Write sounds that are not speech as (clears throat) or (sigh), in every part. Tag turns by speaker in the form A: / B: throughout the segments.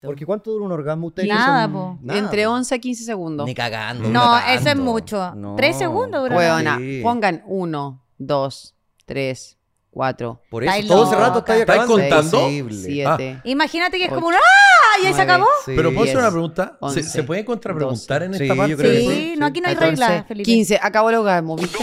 A: Exacto.
B: Porque ¿cuánto dura un orgasmo ustedes? que
A: Nada,
B: son-
A: po.
B: nada,
C: Entre
B: po.
C: 11 a 15 segundos.
B: Ni cagando.
D: No,
B: dura
D: eso es
B: tanto.
D: mucho.
B: No.
D: Tres segundos dura.
C: Huevona,
B: Sí.
C: pongan 1, 2, 3, 4,
B: Por eso
D: Estáis
B: todo ese
D: loca.
B: rato está ahí
E: ¿Estáis
B: acabando.
E: contando?
B: Imposible. Ah.
C: 7.
D: Imagínate que es
C: Ocho,
D: como un ¡Ah! Y ahí se
C: nueve,
D: acabó.
B: Sí.
E: Pero ¿puedo hacer
C: Diez,
E: una pregunta? ¿Se,
C: once,
E: se puede contrapreguntar en
B: doce.
E: esta
B: Sí,
E: parte?
B: yo creo
D: Sí,
B: que
C: sí.
D: no, aquí no hay reglas, Felipe.
C: 15. Acabó el orgasmo, ¿viste?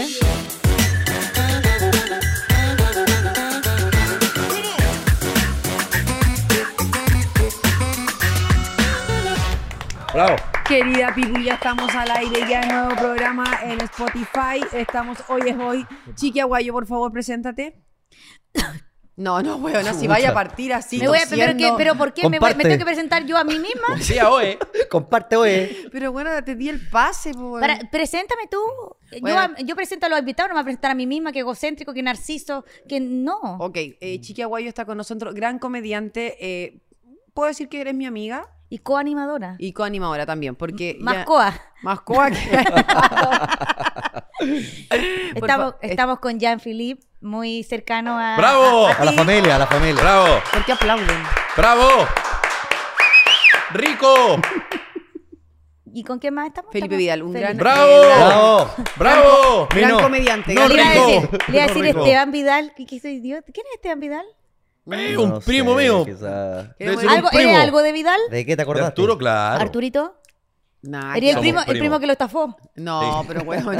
E: Bravo.
F: Querida Pipu, ya estamos al aire, ya nuevo programa en Spotify. Estamos hoy es hoy. Chiqui Aguayo, por favor, preséntate.
C: No, no, huevona, si vaya a partir así.
D: Me voy a, pero,
C: tosiendo.
D: que- pero ¿por qué? ¿Me, voy- me
B: Comparte.
D: tengo que presentar yo a mí
C: (laughs)
D: misma?
E: Sí, a OE.
B: Comparte, oye.
C: Pero bueno, te di el pase, po,
D: Para-
C: weón.
D: preséntame tú. Yo
C: Bueno.
D: a- Yo, presento a los invitados, no me voy a presentar a mí misma, que egocéntrico, que narciso, que no.
C: Ok, eh, Chiqui Aguayo está con nosotros, gran comediante. eh, Puedo decir que eres mi amiga
D: Y coanimadora.
C: y coanimadora también, porque.
D: Más
C: ya-
D: coa.
C: Más
D: (laughs)
C: coa que. Por
D: Estamos,
C: fa-
D: estamos con Jean-Philippe, muy cercano a.
E: ¡Bravo!
B: A la familia, a la familia.
E: ¡Bravo!
C: ¿Por qué aplauden?
E: ¡Bravo! ¡Rico!
D: ¿Y con quién más estamos?
C: Felipe
D: Estamos-
C: Vidal, un gran-
E: ¡Bravo!
B: Bravo.
E: ¡Bravo!
C: Gran
B: Mino.
C: comediante.
E: No,
C: gran
D: Le iba a
E: rico.
D: decir, le iba a
B: No,
D: decir
B: rico.
D: Esteban Vidal. ¿Qué, qué soy idiota? ¿Quién es Esteban Vidal?
E: Eh,
B: No
E: un
B: sé,
E: primo mío.
B: quizá-
E: Debe ser un
D: ¿Algo,
E: primo.
D: ¿Eres algo de Vidal?
B: ¿De qué te
E: De
B: acordaste?
E: Arturo, claro.
D: ¿Arturito?
C: Nah,
D: ¿Eres el
E: somos
D: primo, el
E: primos.
D: primo que lo estafó?
C: No,
E: Sí.
C: pero
E: (laughs)
C: bueno.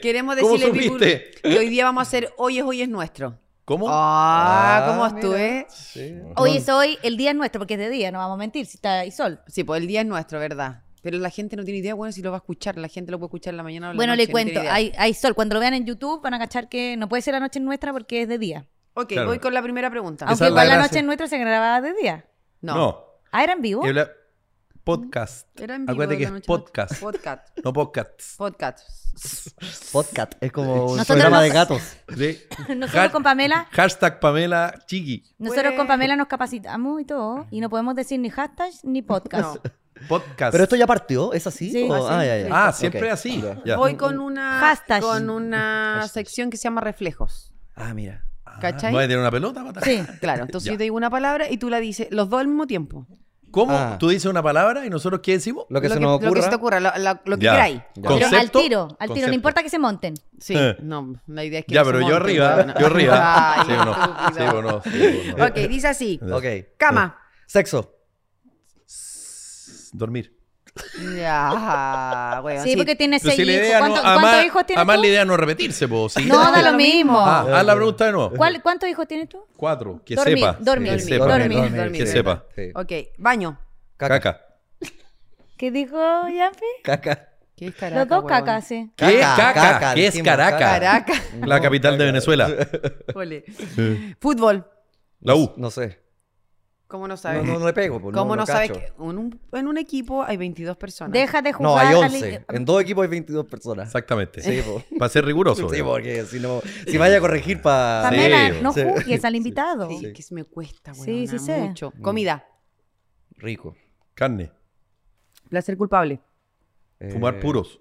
C: (laughs) Queremos
E: ¿Cómo
C: decirle, Pitu,
E: supiste? Oh.
C: que hoy día vamos a hacer Hoy es Hoy es Nuestro.
E: ¿Cómo?
C: Ah,
B: Ah,
C: ¿cómo eh?
B: mira.
C: estuve?
B: Sí.
D: Hoy es hoy, el día es nuestro, porque es de día, no vamos a mentir, si está ahí sol.
C: Sí, pues el día es nuestro, ¿verdad? Pero la gente no tiene idea, bueno, si lo va a escuchar. La gente lo puede escuchar en la mañana o en la
D: Bueno,
C: noche,
D: le
C: no tiene
D: cuento,
C: idea.
D: hay, hay sol. Cuando lo vean en YouTube van a cachar que no puede ser la noche nuestra porque es de día.
C: Ok,
E: Claro.
C: voy con la primera pregunta.
E: Esa
D: Aunque
E: es la
D: igual la,
E: gracia.
D: noche nuestra se grababa de día.
C: No.
D: Ah, era en vivo.
E: Y habla- Podcast.
C: Era en vivo
E: Acuérdate
C: de
E: que
C: la
E: es
C: noche
E: podcast.
C: Podcast.
E: No podcasts.
C: Podcast.
B: Podcast. Es como un
D: Nosotros
B: programa
D: nos-
B: de gatos.
E: Sí.
D: (laughs) Nosotros con Pamela,
E: Hashtag Pamela Chiqui.
D: nosotros
C: Pues-
D: con Pamela nos capacitamos y todo, y no podemos decir ni hashtag ni podcast.
C: No.
E: Podcast.
B: Pero esto ya partió, ¿es así?
D: Sí.
B: O-
C: Ah,
B: ah,
C: sí.
B: ya, ya.
E: Ah, siempre
B: Ok.
E: así.
B: Ya.
E: Ya.
C: Voy con una,
D: Hashtag.
C: con una
B: Hashtag.
C: sección que se llama reflejos.
B: Ah, mira.
E: Ah,
C: ¿cachai?
E: ¿Voy a tener una pelota? pata? (laughs)
D: Sí.
C: Claro, entonces
E: Ya.
C: yo te digo una palabra y tú la dices, los dos al mismo tiempo.
E: ¿Cómo?
B: Ah.
E: Tú dices una palabra y nosotros qué decimos?
B: Lo que se nos
C: Lo que
B: ocurra.
C: se te ocurra, lo, la- lo que
E: Ya.
C: queráis.
B: Ya.
D: Pero al
E: ¿Concepto?
D: tiro, al tiro,
E: Concepto.
D: no importa que se monten.
C: Sí,
E: Eh.
C: no, la idea es que
E: Ya,
C: no se
E: pero yo
C: monten,
E: arriba.
C: weona.
E: Yo
C: (laughs)
E: arriba.
D: (laughs)
C: Ay,
E: Sí o no. Sí
C: estúpido.
E: o no. sí o no.
C: Ok, dice así.
E: Ya.
B: Ok.
C: Cama.
B: Sexo.
E: Dormir.
D: (laughs)
C: Ya, weón.
D: Sí, porque tienes
E: Pero
D: seis
E: si la
D: hijos.
E: idea no-
D: ¿Cuánto-
E: además-
D: ¿Cuántos hijos tienes
E: Además,
D: tú?
E: la idea no es repetirse, po. sí.
C: (laughs)
D: No, da lo mismo.
E: Ah, haz la pregunta de nuevo.
D: ¿Cuál- ¿Cuántos hijos tienes tú?
E: Cuatro. Que
D: Dormir,
E: sepa.
D: dormir,
E: que
D: dormir,
E: sepa.
D: dormir,
E: Que
C: dormir.
E: sepa.
B: Sí.
C: Ok, baño.
B: Caca.
E: Caca.
D: ¿Qué dijo Yampi?
B: Caca.
C: ¿Qué es caraca,
D: Los dos
C: weona?
D: cacas, sí.
E: ¿Qué es
B: Caca,
E: caca?
B: caca,
E: ¿Qué es
B: dijimos,
E: Caracas?
C: Caraca.
E: (laughs) La capital de Venezuela.
C: Ole. Fútbol.
E: La U.
B: No sé.
C: ¿Cómo no sabes?
B: No, no, no le pego. pues,
C: ¿Cómo no, sabes
B: cacho.
C: que en un, en un equipo hay 22 personas?
D: Deja de
B: No,
D: jugar.
B: hay
D: dale-
B: 11. En dos equipos hay 22 personas. (laughs)
E: Exactamente.
B: Sí, po.
E: Para ser riguroso.
B: Sí,
E: ¿no?
B: porque si no. Si vaya a corregir para.
D: Pamela,
E: Sí,
D: no
B: sí.
D: juzgues al invitado.
C: Sí, que se me cuesta,
D: Sí,
C: weón.
D: sí sé. Mm.
C: Mucho. Comida.
B: Rico.
E: Carne.
C: Placer culpable.
E: Fumar
B: Eh,
E: puros.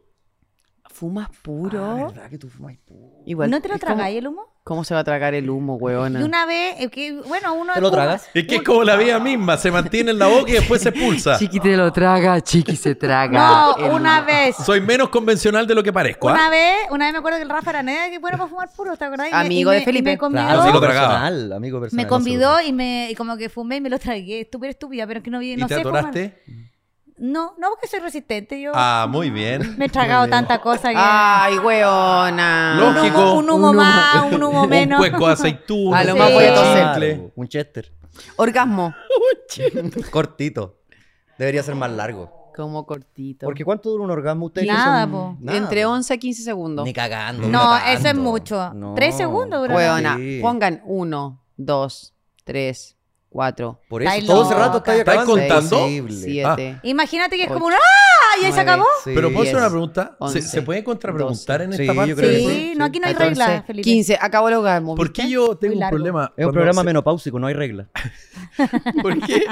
C: ¿Fumas
B: ah,
C: puro?
B: ¿Verdad que tú fumas puro?
C: Igual.
D: ¿No te lo
C: es como-
D: tragáis el humo?
C: ¿Cómo se va a tragar el humo, weona?
D: Y una vez, eh, que, bueno, uno.
B: ¿Te lo
D: como-
B: tragas?
E: Es que es como la vida misma. Se mantiene en la boca y después se expulsa.
F: Chiqui te lo traga, Chiqui se traga.
E: Ah,
D: No, una vez.
E: Soy menos convencional de lo que parezco. ¿ah?
D: Una vez, una vez me acuerdo que el Rafa Araneda, que bueno para fumar puro, ¿te acordás? Y me-
C: Amigo
D: y
C: de
D: me-
C: Felipe.
D: y me convidó,
E: Claro, sí lo
B: amigo
E: tragaba.
B: personal, amigo personal.
D: me convidó y me y como que fumé y me lo tragué. Estúpida, estúpida, pero es que no vi,
E: ¿Y
D: no
E: te
D: sé fumar.
E: atoraste?
D: No, no porque soy resistente, yo
E: Ah, muy bien.
D: me he tragado tanta cosa que
C: Ay, weona.
D: un,
E: Lógico.
D: humo, un humo
E: Un humo.
D: más, un humo
E: (laughs) Un
D: menos.
E: cueco de aceituna.
C: A lo
E: un
C: más
E: cueco
C: voy a
E: de
C: toser.
E: chicle.
B: Claro, Un chester.
C: Orgasmo.
B: Cortito. Debería ser más largo.
C: Como cortito.
B: Porque ¿cuánto dura un orgasmo ustedes? que
D: Nada,
B: son-
D: po.
B: Nada,
C: Entre
B: po.
C: 11 a 15 segundos.
B: Ni cagando.
D: No,
B: ni
D: eso es
B: cagando.
D: mucho.
B: No.
D: Tres segundos dura.
C: Weona,
B: Sí.
C: pongan 1, 2, 3, 4,
B: Por eso,
D: Estáis
B: todo ese rato
D: loca.
B: está ahí
E: ¿Estáis
B: acabando.
E: contando?
B: Imposible.
C: 7.
D: Imagínate que es como un
C: Ocho,
D: ¡ah! Y ahí se
C: nueve,
D: acabó.
B: Sí.
E: Pero ¿puedo hacer
C: Diez,
E: una pregunta? ¿Se,
C: once,
E: se puede contrapreguntar en
B: doce.
E: esta
B: Sí,
E: parte?
B: yo creo que
D: Sí,
B: sí.
D: no, aquí no hay
C: 14,
D: reglas, Felipe.
C: 15. Acabó el orgasmo.
E: ¿Por
C: ¿viste?
E: qué yo tengo
D: Muy
E: un
D: largo.
E: problema?
B: Es un
E: cuando
B: programa
E: se-
B: menopáusico, no hay regla.
E: ¿Por qué?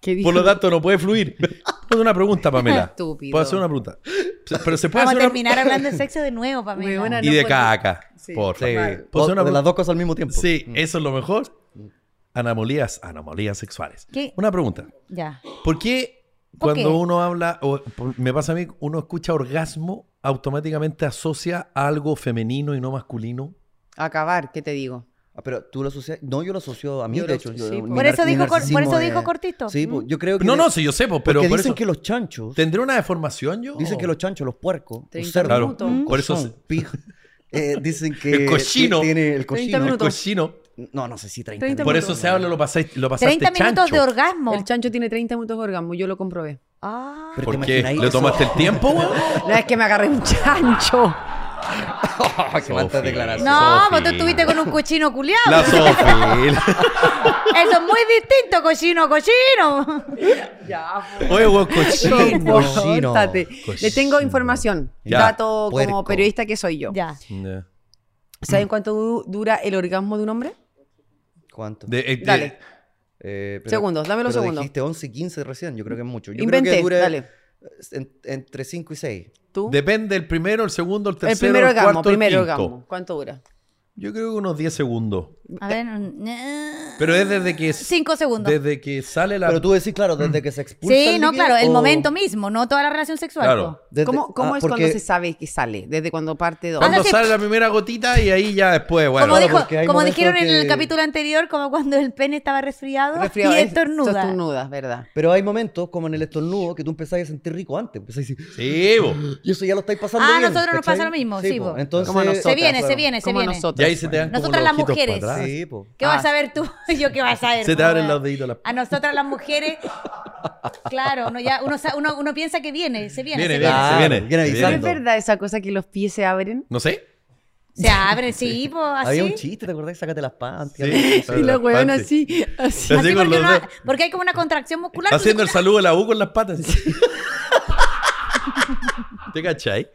C: ¿Qué dijo?
E: Por lo tanto, no puede fluir. Puedo hacer una pregunta, Pamela.
C: Estúpido.
E: Puedo hacer una pregunta. Se- Pero se puede
D: Vamos a
E: hacer una...
D: terminar hablando de sexo de nuevo, Pamela.
C: Huevona,
E: Y de
C: No puedo.
E: caca.
C: Sí.
E: Por
B: Sí.
E: favor.
B: O-
E: ¿Puedo
B: de
E: hacer una
B: las Mm.
E: pregunta?
B: dos cosas al mismo tiempo.
E: Sí, eso es lo mejor. anomalías, anomalías sexuales.
D: ¿Qué?
E: Una pregunta.
D: Ya.
E: ¿Por qué
D: ¿Por
E: cuando
D: qué?
E: uno habla, o por- me pasa a mí, uno escucha orgasmo, automáticamente asocia a algo femenino y no masculino?
C: Acabar, ¿qué te digo?
B: Ah, pero tú lo asocias. No, yo lo asocio a mí,
C: Yo
B: de
C: lo-
B: hecho.
C: sí,
B: yo-
C: pues.
B: mi
D: Por eso
B: nar- mi
D: dijo cor- por
B: narcisismo
D: eso
B: de-
D: dijo cortito.
B: Sí, pues, yo creo que.
E: No,
B: de-
E: no, sí, yo sé, po, pero
B: porque
E: por
B: dicen
E: eso,
B: que los chanchos.
E: ¿tendré una deformación yo?
B: Dicen que los chanchos, los puercos, los
C: 30
B: cerdos,
E: Claro.
C: minutos.
D: Mm.
E: Por eso
B: cochón,
E: se-
B: pijo,
E: (laughs)
B: eh, dicen que
E: El cochino.
B: ti- tiene el
C: 30
B: cochino.
E: El
C: minutos.
E: cochino.
B: No, no sé si 30.
C: 30
E: Por
B: minutos.
E: eso se habla, lo pasaste, lo pasaste
D: 30 minutos
E: chancho.
D: de orgasmo.
C: El chancho tiene 30 minutos de orgasmo, yo lo comprobé.
D: Ah.
B: Pero-
E: ¿Por
B: ¿Te
E: qué?
B: imagináis
E: ¿Le
B: eso? (laughs)
E: tomaste el tiempo, weón?
C: No es que me agarré un (laughs) chancho.
B: Ah,
E: Oh,
B: qué falta de
E: Sofía.
B: declaración.
D: No,
E: Sofi.
D: vos tú estuviste con un cochino culiado.
E: La Sofi.
D: Eso es muy distinto, cochino, a cochino.
C: Ya,
E: (laughs) Oye, weón, cochino.
B: Cochino.
C: Le tengo información,
E: Pues Ya.
C: dato
B: Puerco.
C: como periodista que soy yo.
D: Ya.
E: Ya.
C: ¿Saben cuánto du- dura el orgasmo de un hombre?
B: ¿Cuánto?
E: De- eh, de-
C: Dale.
B: Eh,
C: Segundos, dame los
B: pero
C: segundos.
B: Dijiste 11 y 15 recién, yo creo que es mucho. Yo creo
C: Inventé,
B: que dura
C: dale.
B: en- entre 5 y 6.
C: ¿Tú?
E: Depende el primero, el segundo, el tercero,
C: el
E: el,
C: primer orgasmo,
E: cuarto,
C: primer
E: el quinto.
C: orgasmo. ¿Cuánto dura?
E: Yo creo que unos 10 segundos.
D: A ver. eh,
E: Pero es desde que...
D: Cinco segundos.
E: Desde que sale la...
B: Pero tú decís, claro,
E: Mm.
B: desde que se expulsa.
D: Sí,
B: el
D: no,
B: líquido,
D: claro, el
B: o
D: momento mismo, no toda la relación sexual.
E: Claro.
D: po.
B: desde-
C: ¿Cómo, cómo
B: ah,
C: es cuando
B: porque-
C: se sabe que sale? ¿Desde cuando parte dos?
E: Cuando
D: Ah, no, sí.
E: sale la primera gotita y ahí ya después, bueno.
D: como
B: Claro,
D: dijo-
B: porque hay
D: como
B: momentos
D: dijeron en el
B: que-
D: capítulo anterior, como cuando el pene estaba resfriado,
C: Resfriado,
D: y
C: es-
D: estornuda.
C: Estornudas, ¿verdad?
B: Pero hay momentos, como en el estornudo, que tú empezás a sentir rico antes. Empezás a decir,
E: Sí, bo.
B: y eso ya lo estáis pasando
D: Ah,
B: bien,
D: nosotros nos
B: ¿cachai?
D: pasa lo mismo, sí,
B: po.
D: po.
B: Entonces,
C: Como
D: Se
C: nosotras,
D: viene, se viene, se
C: Como
D: viene.
E: Y
C: nosotros.
E: ahí se te dan como
D: Nosotras
E: los
D: las
E: ojitos
D: mujeres.
E: para atrás.
B: Sí, po.
D: ¿Qué vas a ver tú? (laughs) Yo qué vas a ver.
E: Se te
D: po,
E: abren
D: weón?
E: los deditos. las-
D: A nosotras las mujeres, claro, uno, ya, uno, sa- uno, uno piensa que viene, se viene,
E: Viene,
D: se viene.
E: viene, se
B: Claro,
E: viene.
B: viene
E: se
C: ¿Pero ¿Es
B: avisando.
C: verdad esa cosa que los pies se abren?
E: No sé.
D: Se abre, sí, pues así.
B: Había un chiste, ¿te acordás? Sácate las panties. algo
E: Sí.
B: así.
E: Y los
C: Bueno, así, así.
D: Así
E: Así con
D: porque,
E: los
D: uno-
E: dos.
D: porque hay como una contracción muscular.
E: Haciendo el
D: entonces-
E: saludo de la U con las patas. así. ¿Te cachai?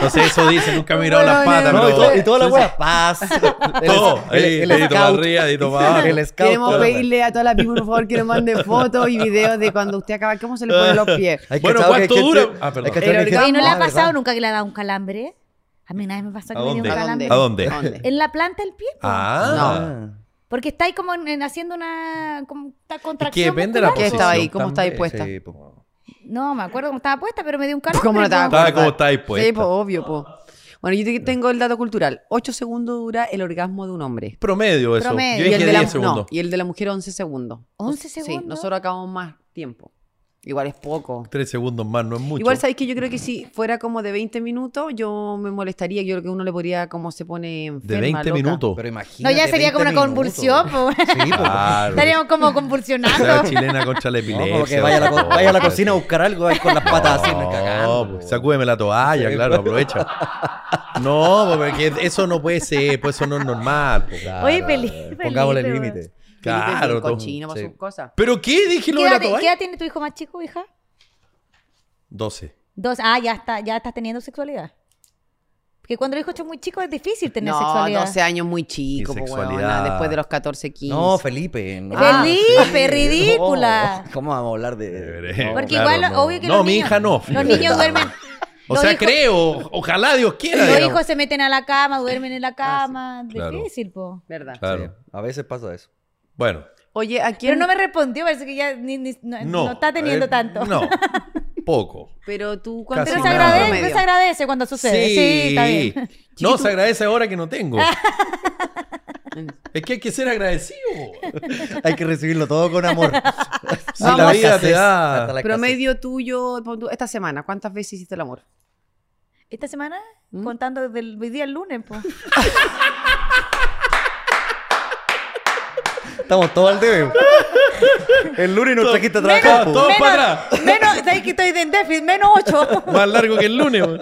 E: No sé, eso dice, nunca me he mirado las patas,
B: No, y,
E: pero...
B: to- y toda la wea paz.
E: (laughs) Todo.
B: El,
E: Ahí,
B: el, el
E: dedito para
B: scout.
E: arriba, dedito
D: (laughs)
E: para abajo.
B: El scout.
C: Queremos
B: toda la wea.
C: pedirle a todas las people, por favor, que nos manden fotos y videos de cuando usted acaba, cómo se le ponen los pies.
B: Hay
E: Bueno,
B: cachado que hay
E: ¿cuánto
B: gente-
E: dura? Ah, perdón.
B: hay cachado
C: El
B: que hay gente-
D: Oye, ¿no le
B: Ah,
D: ha
B: ¿verdad?
D: pasado nunca que le ha dado un calambre? A mí nadie me pasó que
E: ¿A
D: me dio un
E: dónde?
D: calambre.
E: ¿A dónde?
D: En la planta del pie. po.
E: Ah.
B: Ah.
D: Porque está ahí como en- en haciendo una, como una
E: Es que
D: contracción.
E: depende de la
C: ¿Qué
E: posición.
C: estaba ahí? ¿Cómo
E: Ah. también. pues,
C: estaba ahí puesta?
B: Sí, po.
D: No, me acuerdo cómo estaba puesta, pero me dio un calambre.
C: ¿Cómo no te vas a
D: po.
E: Estaba
C: acordar?
E: como estaba dispuesta.
C: Sí, pues, obvio, pues. Bueno, yo te- tengo el dato cultural. 8 segundos dura el orgasmo de un hombre.
E: Promedio eso.
D: Promedio.
E: Yo
D: Y
E: dije
C: el de la,
E: 10 segundos.
C: no, y el de la mujer 11 segundos.
D: 11 segundos.
C: Sí, nosotros acabamos más tiempo. Igual es poco.
E: Tres segundos más, no es mucho.
C: Igual sabéis que yo creo que si fuera como de 20 minutos, yo me molestaría. Yo creo que uno le podría, como se pone enferma,
E: de 20
C: loca.
E: minutos.
B: Pero imagínate.
D: No, ya sería como
B: 20
D: una convulsión.
B: minutos.
E: (laughs)
D: po.
B: Sí, pues, po.
E: Claro.
D: Estaríamos como
E: La
D: convulsionando.
E: chilena contra la
B: No,
E: epilepsia.
B: como que vaya a la, co-
E: No,
B: vaya a la cocina a buscar algo ahí con las patas así,
E: no,
B: no, cagando.
E: pues,
B: po.
E: sacúdeme la toalla,
B: Sí,
E: claro,
B: pues.
E: aprovecha. No, porque eso no puede ser, pues eso no es normal. pues.
D: Oye, Felipe,
B: Pongámosle el
D: Felipe,
B: límite.
C: Felipe es bien
E: Claro, todo-
C: cochino para
B: sí.
C: sus cosas.
E: ¿Pero qué? Dije lo
D: ¿Qué
E: de la
D: edad, qué
E: toalla.
D: edad tiene tu hijo más chico, hija?
E: 12.
D: Dos. Ah, ya está, ya estás teniendo sexualidad. Porque cuando el hijo es muy chico es difícil tener
C: no,
D: sexualidad.
C: 12 años muy chico,
E: Y
C: po,
E: sexualidad.
C: huevona, después de los 14, 15.
B: No, Felipe. No.
D: Felipe,
B: No,
D: ridícula.
B: ¿Cómo vamos a hablar de.?
E: Porque
D: Porque
E: claro,
D: igual,
E: no.
D: obvio que
E: No,
D: los
E: mi
D: niños-
E: hija no.
C: (laughs)
D: Los niños
E: (laughs)
D: duermen.
E: O
D: los
E: sea,
D: hijos-
E: creo, ojalá Dios quiera.
D: Los
E: digamos.
D: hijos se meten a la cama, duermen
C: Ah,
D: en la cama.
E: Claro.
D: Difícil, po.
C: ¿Verdad?
E: Claro.
B: Sí, a veces pasa eso.
E: Bueno.
C: Oye, ¿a quién?
D: Pero no me respondió, parece que ya ni- ni- no,
E: No.
D: no está teniendo
E: eh,
D: tanto.
E: No. Poco.
C: Pero tú, ¿cuánto
E: Casi
D: Pero se
E: nada.
D: agradece,
C: promedio?
D: no se agradece cuando sucede. Sí, está bien. (laughs)
E: No, se agradece ahora que no tengo.
C: pues,
E: es que hay que ser agradecido.
B: Hay que recibirlo todo con amor.
E: Sí, la vida te da-
B: Hasta la escasez.
C: Promedio tuyo, pon tú, esta semana, ¿cuántas veces hiciste el amor?
D: Esta semana,
C: ¿Mm?
D: contando desde el hoy día el lunes, po.
B: Estamos todos al debe. El lunes nos trajiste a trabajar.
E: Todo,
B: po.
E: (laughs) todo
D: Menos-
E: para atrás.
D: Menos, sabes que estoy de en déficit, menos 8.
E: Más largo que el lunes. weón.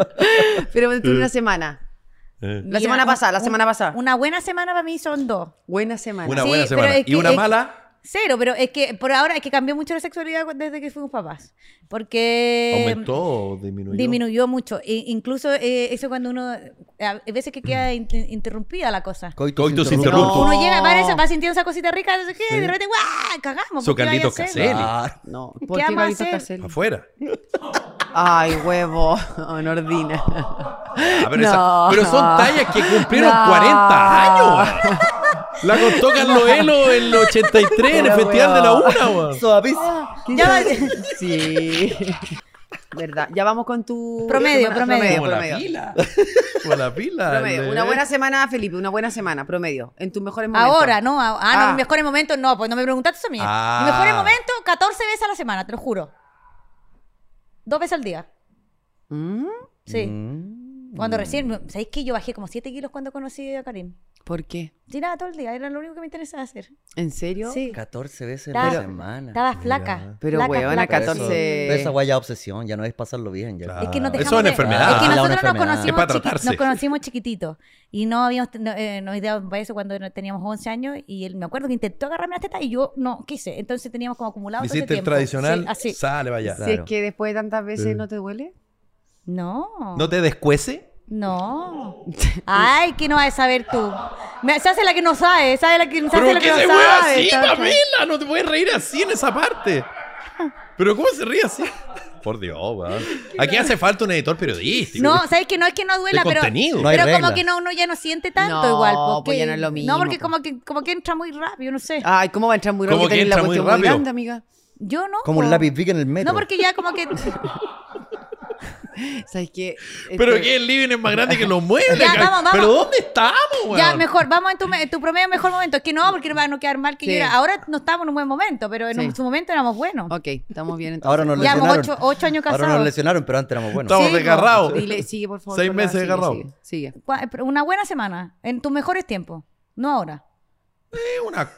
C: Pero tú una semana.
E: Eh.
C: (laughs) La semana pasada, la semana pasada.
D: Una buena semana para mí son dos.
C: Buena semana.
E: Una
D: Sí,
E: buena
D: pero
E: semana.
D: es
E: y
D: que-
E: una
D: es-
E: mala,
D: Cero, pero es que por ahora es que cambió mucho la sexualidad cu- desde que fuimos papás. Porque
E: ¿aumentó o em, disminuyó?
D: disminuyó mucho. E- incluso eh, eso cuando uno. A hay veces que
E: Mm.
D: queda in- interrumpida la cosa.
E: Coitus
C: interruptus.
E: interruptus.
C: No.
D: Uno llega, va, va sintiendo esa cosita rica, no sé qué, de repente, ¡guau! Cagamos.
E: Su
D: ¿por qué vaya a
E: Carlitos
D: hacer?
E: Caselli.
B: Claro.
C: No, ¿por
D: ¿Qué vamos a
C: qué Gabriel
D: hacer?
C: Casel?
E: Afuera.
C: Ay, huevo, (laughs) Nordina.
E: Ah, pero, esa-
C: No.
E: pero son tallas que cumplieron
C: No.
E: 40 años. La contó Carloelo en el 83 en el
C: Pero,
E: Festival de la
C: weón.
E: Una, weón.
B: Soapis.
D: (laughs) Ya va-
C: (laughs) Sí. (laughs) ¿Verdad? Ya vamos con tu...
D: Promedio,
C: semana-
D: promedio.
E: Como la pila. Como la pila.
C: Promedio.
E: el
C: Una buena
E: bebé.
C: semana, Felipe, una buena semana, promedio. En tus mejores momentos.
D: Ahora, ¿no? Ah, ah, no,
C: Ah.
D: mis mejores momentos, no, pues no me preguntaste eso a mí.
E: Ah.
D: Mis mejores momentos, 14 veces a la semana, te lo juro. Dos veces al día.
C: Mm,
D: Sí.
B: Mm.
D: Cuando recién, ¿sabéis que yo bajé como 7 kilos cuando conocí a Karim?
C: ¿Por qué?
D: Sí, nada, todo el día, era lo único que me interesaba hacer.
C: ¿En serio?
D: Sí.
B: 14 veces a la
D: Estaba-
B: semana.
D: Estaba
E: Mira.
D: flaca.
C: Pero,
D: flaca,
C: weona,
D: flaca.
C: 14.
B: Pero esa guaya obsesión, ya no es pasarlo bien. Ya.
E: Claro.
D: Es que no
E: Eso
D: dejamos
E: es una
D: de-
E: enfermedad.
D: Es
B: Ah,
D: que
B: la
D: nosotros
B: una
D: nos
B: enfermedad.
E: Es
D: conocimos,
E: para
D: chiqui-
E: tratarse.
D: nos conocimos chiquititos. Y no habíamos, ten- no, eh, nos ideamos para eso cuando no- teníamos 11 años. Y él, me acuerdo que intentó agarrarme las tetas y yo no quise. Entonces teníamos como acumulado todo ese
E: Hiciste el
D: tiempo.
E: tradicional,
D: Sí, así.
E: sale vaya.
C: Si
B: Claro.
C: es que después de tantas veces
E: Sí.
C: no te duele.
D: No.
E: ¿No te descuece?
D: No. Ay, ¿qué no vas a saber tú? Me- se hace la que no sabe, sabe la que, se hace la que
E: qué
D: no
E: se
D: sabe.
E: fue así,
D: está-
E: Pamela? No te puedes reír así en esa parte. ¿Pero cómo se ríe así? Por Dios, weón. Aquí hace falta un editor periodístico.
D: No, sabes que no es que no duela, pero,
E: contenido.
B: No hay
D: pero
B: regla.
D: como que no, uno ya no siente tanto
C: No,
D: igual.
C: pues
D: Porque,
C: ya no es lo mismo,
D: No, porque
C: pues.
D: como que, como que entra muy rápido, no
B: Ah,
D: sé.
C: Ay, ¿cómo va a entrar muy
E: ¿Cómo
C: rápido?
E: que
C: Tenés la
E: entra muy
C: cuestión muy
E: rápido?
C: grande, amiga.
D: Yo no.
B: Como un
D: po.
B: lápiz big en el metro.
D: No, porque ya como
E: (laughs)
D: que.
C: ¿Sabes qué?
E: Pero
C: Este-
E: que el living es más grande que los muebles.
D: Ya,
E: car-
D: vamos, vamos.
E: Pero ¿dónde estamos, weón?
D: Ya, mejor, vamos en tu, me- en tu promedio mejor momento. Es que no, porque no va a no quedar mal que
C: Sí.
D: yo era- Ahora no estamos en un buen momento, pero en
C: Sí.
D: un- su momento éramos buenos.
C: Ok, estamos bien entonces.
B: Ahora nos
D: Ya, como
B: lesionaron.
D: ocho- ocho años
B: Ahora nos
D: casados.
B: lesionaron, pero antes éramos buenos.
E: Estamos
D: Sí, no.
E: desgarrados.
C: Dile, sigue, por favor.
E: Seis
C: Colgado,
E: meses
C: sigue,
E: agarrado.
C: Sigue,
E: (laughs)
C: sigue.
D: Cua- pero Una buena semana, en tus mejores tiempos, no ahora.
E: Eh, una-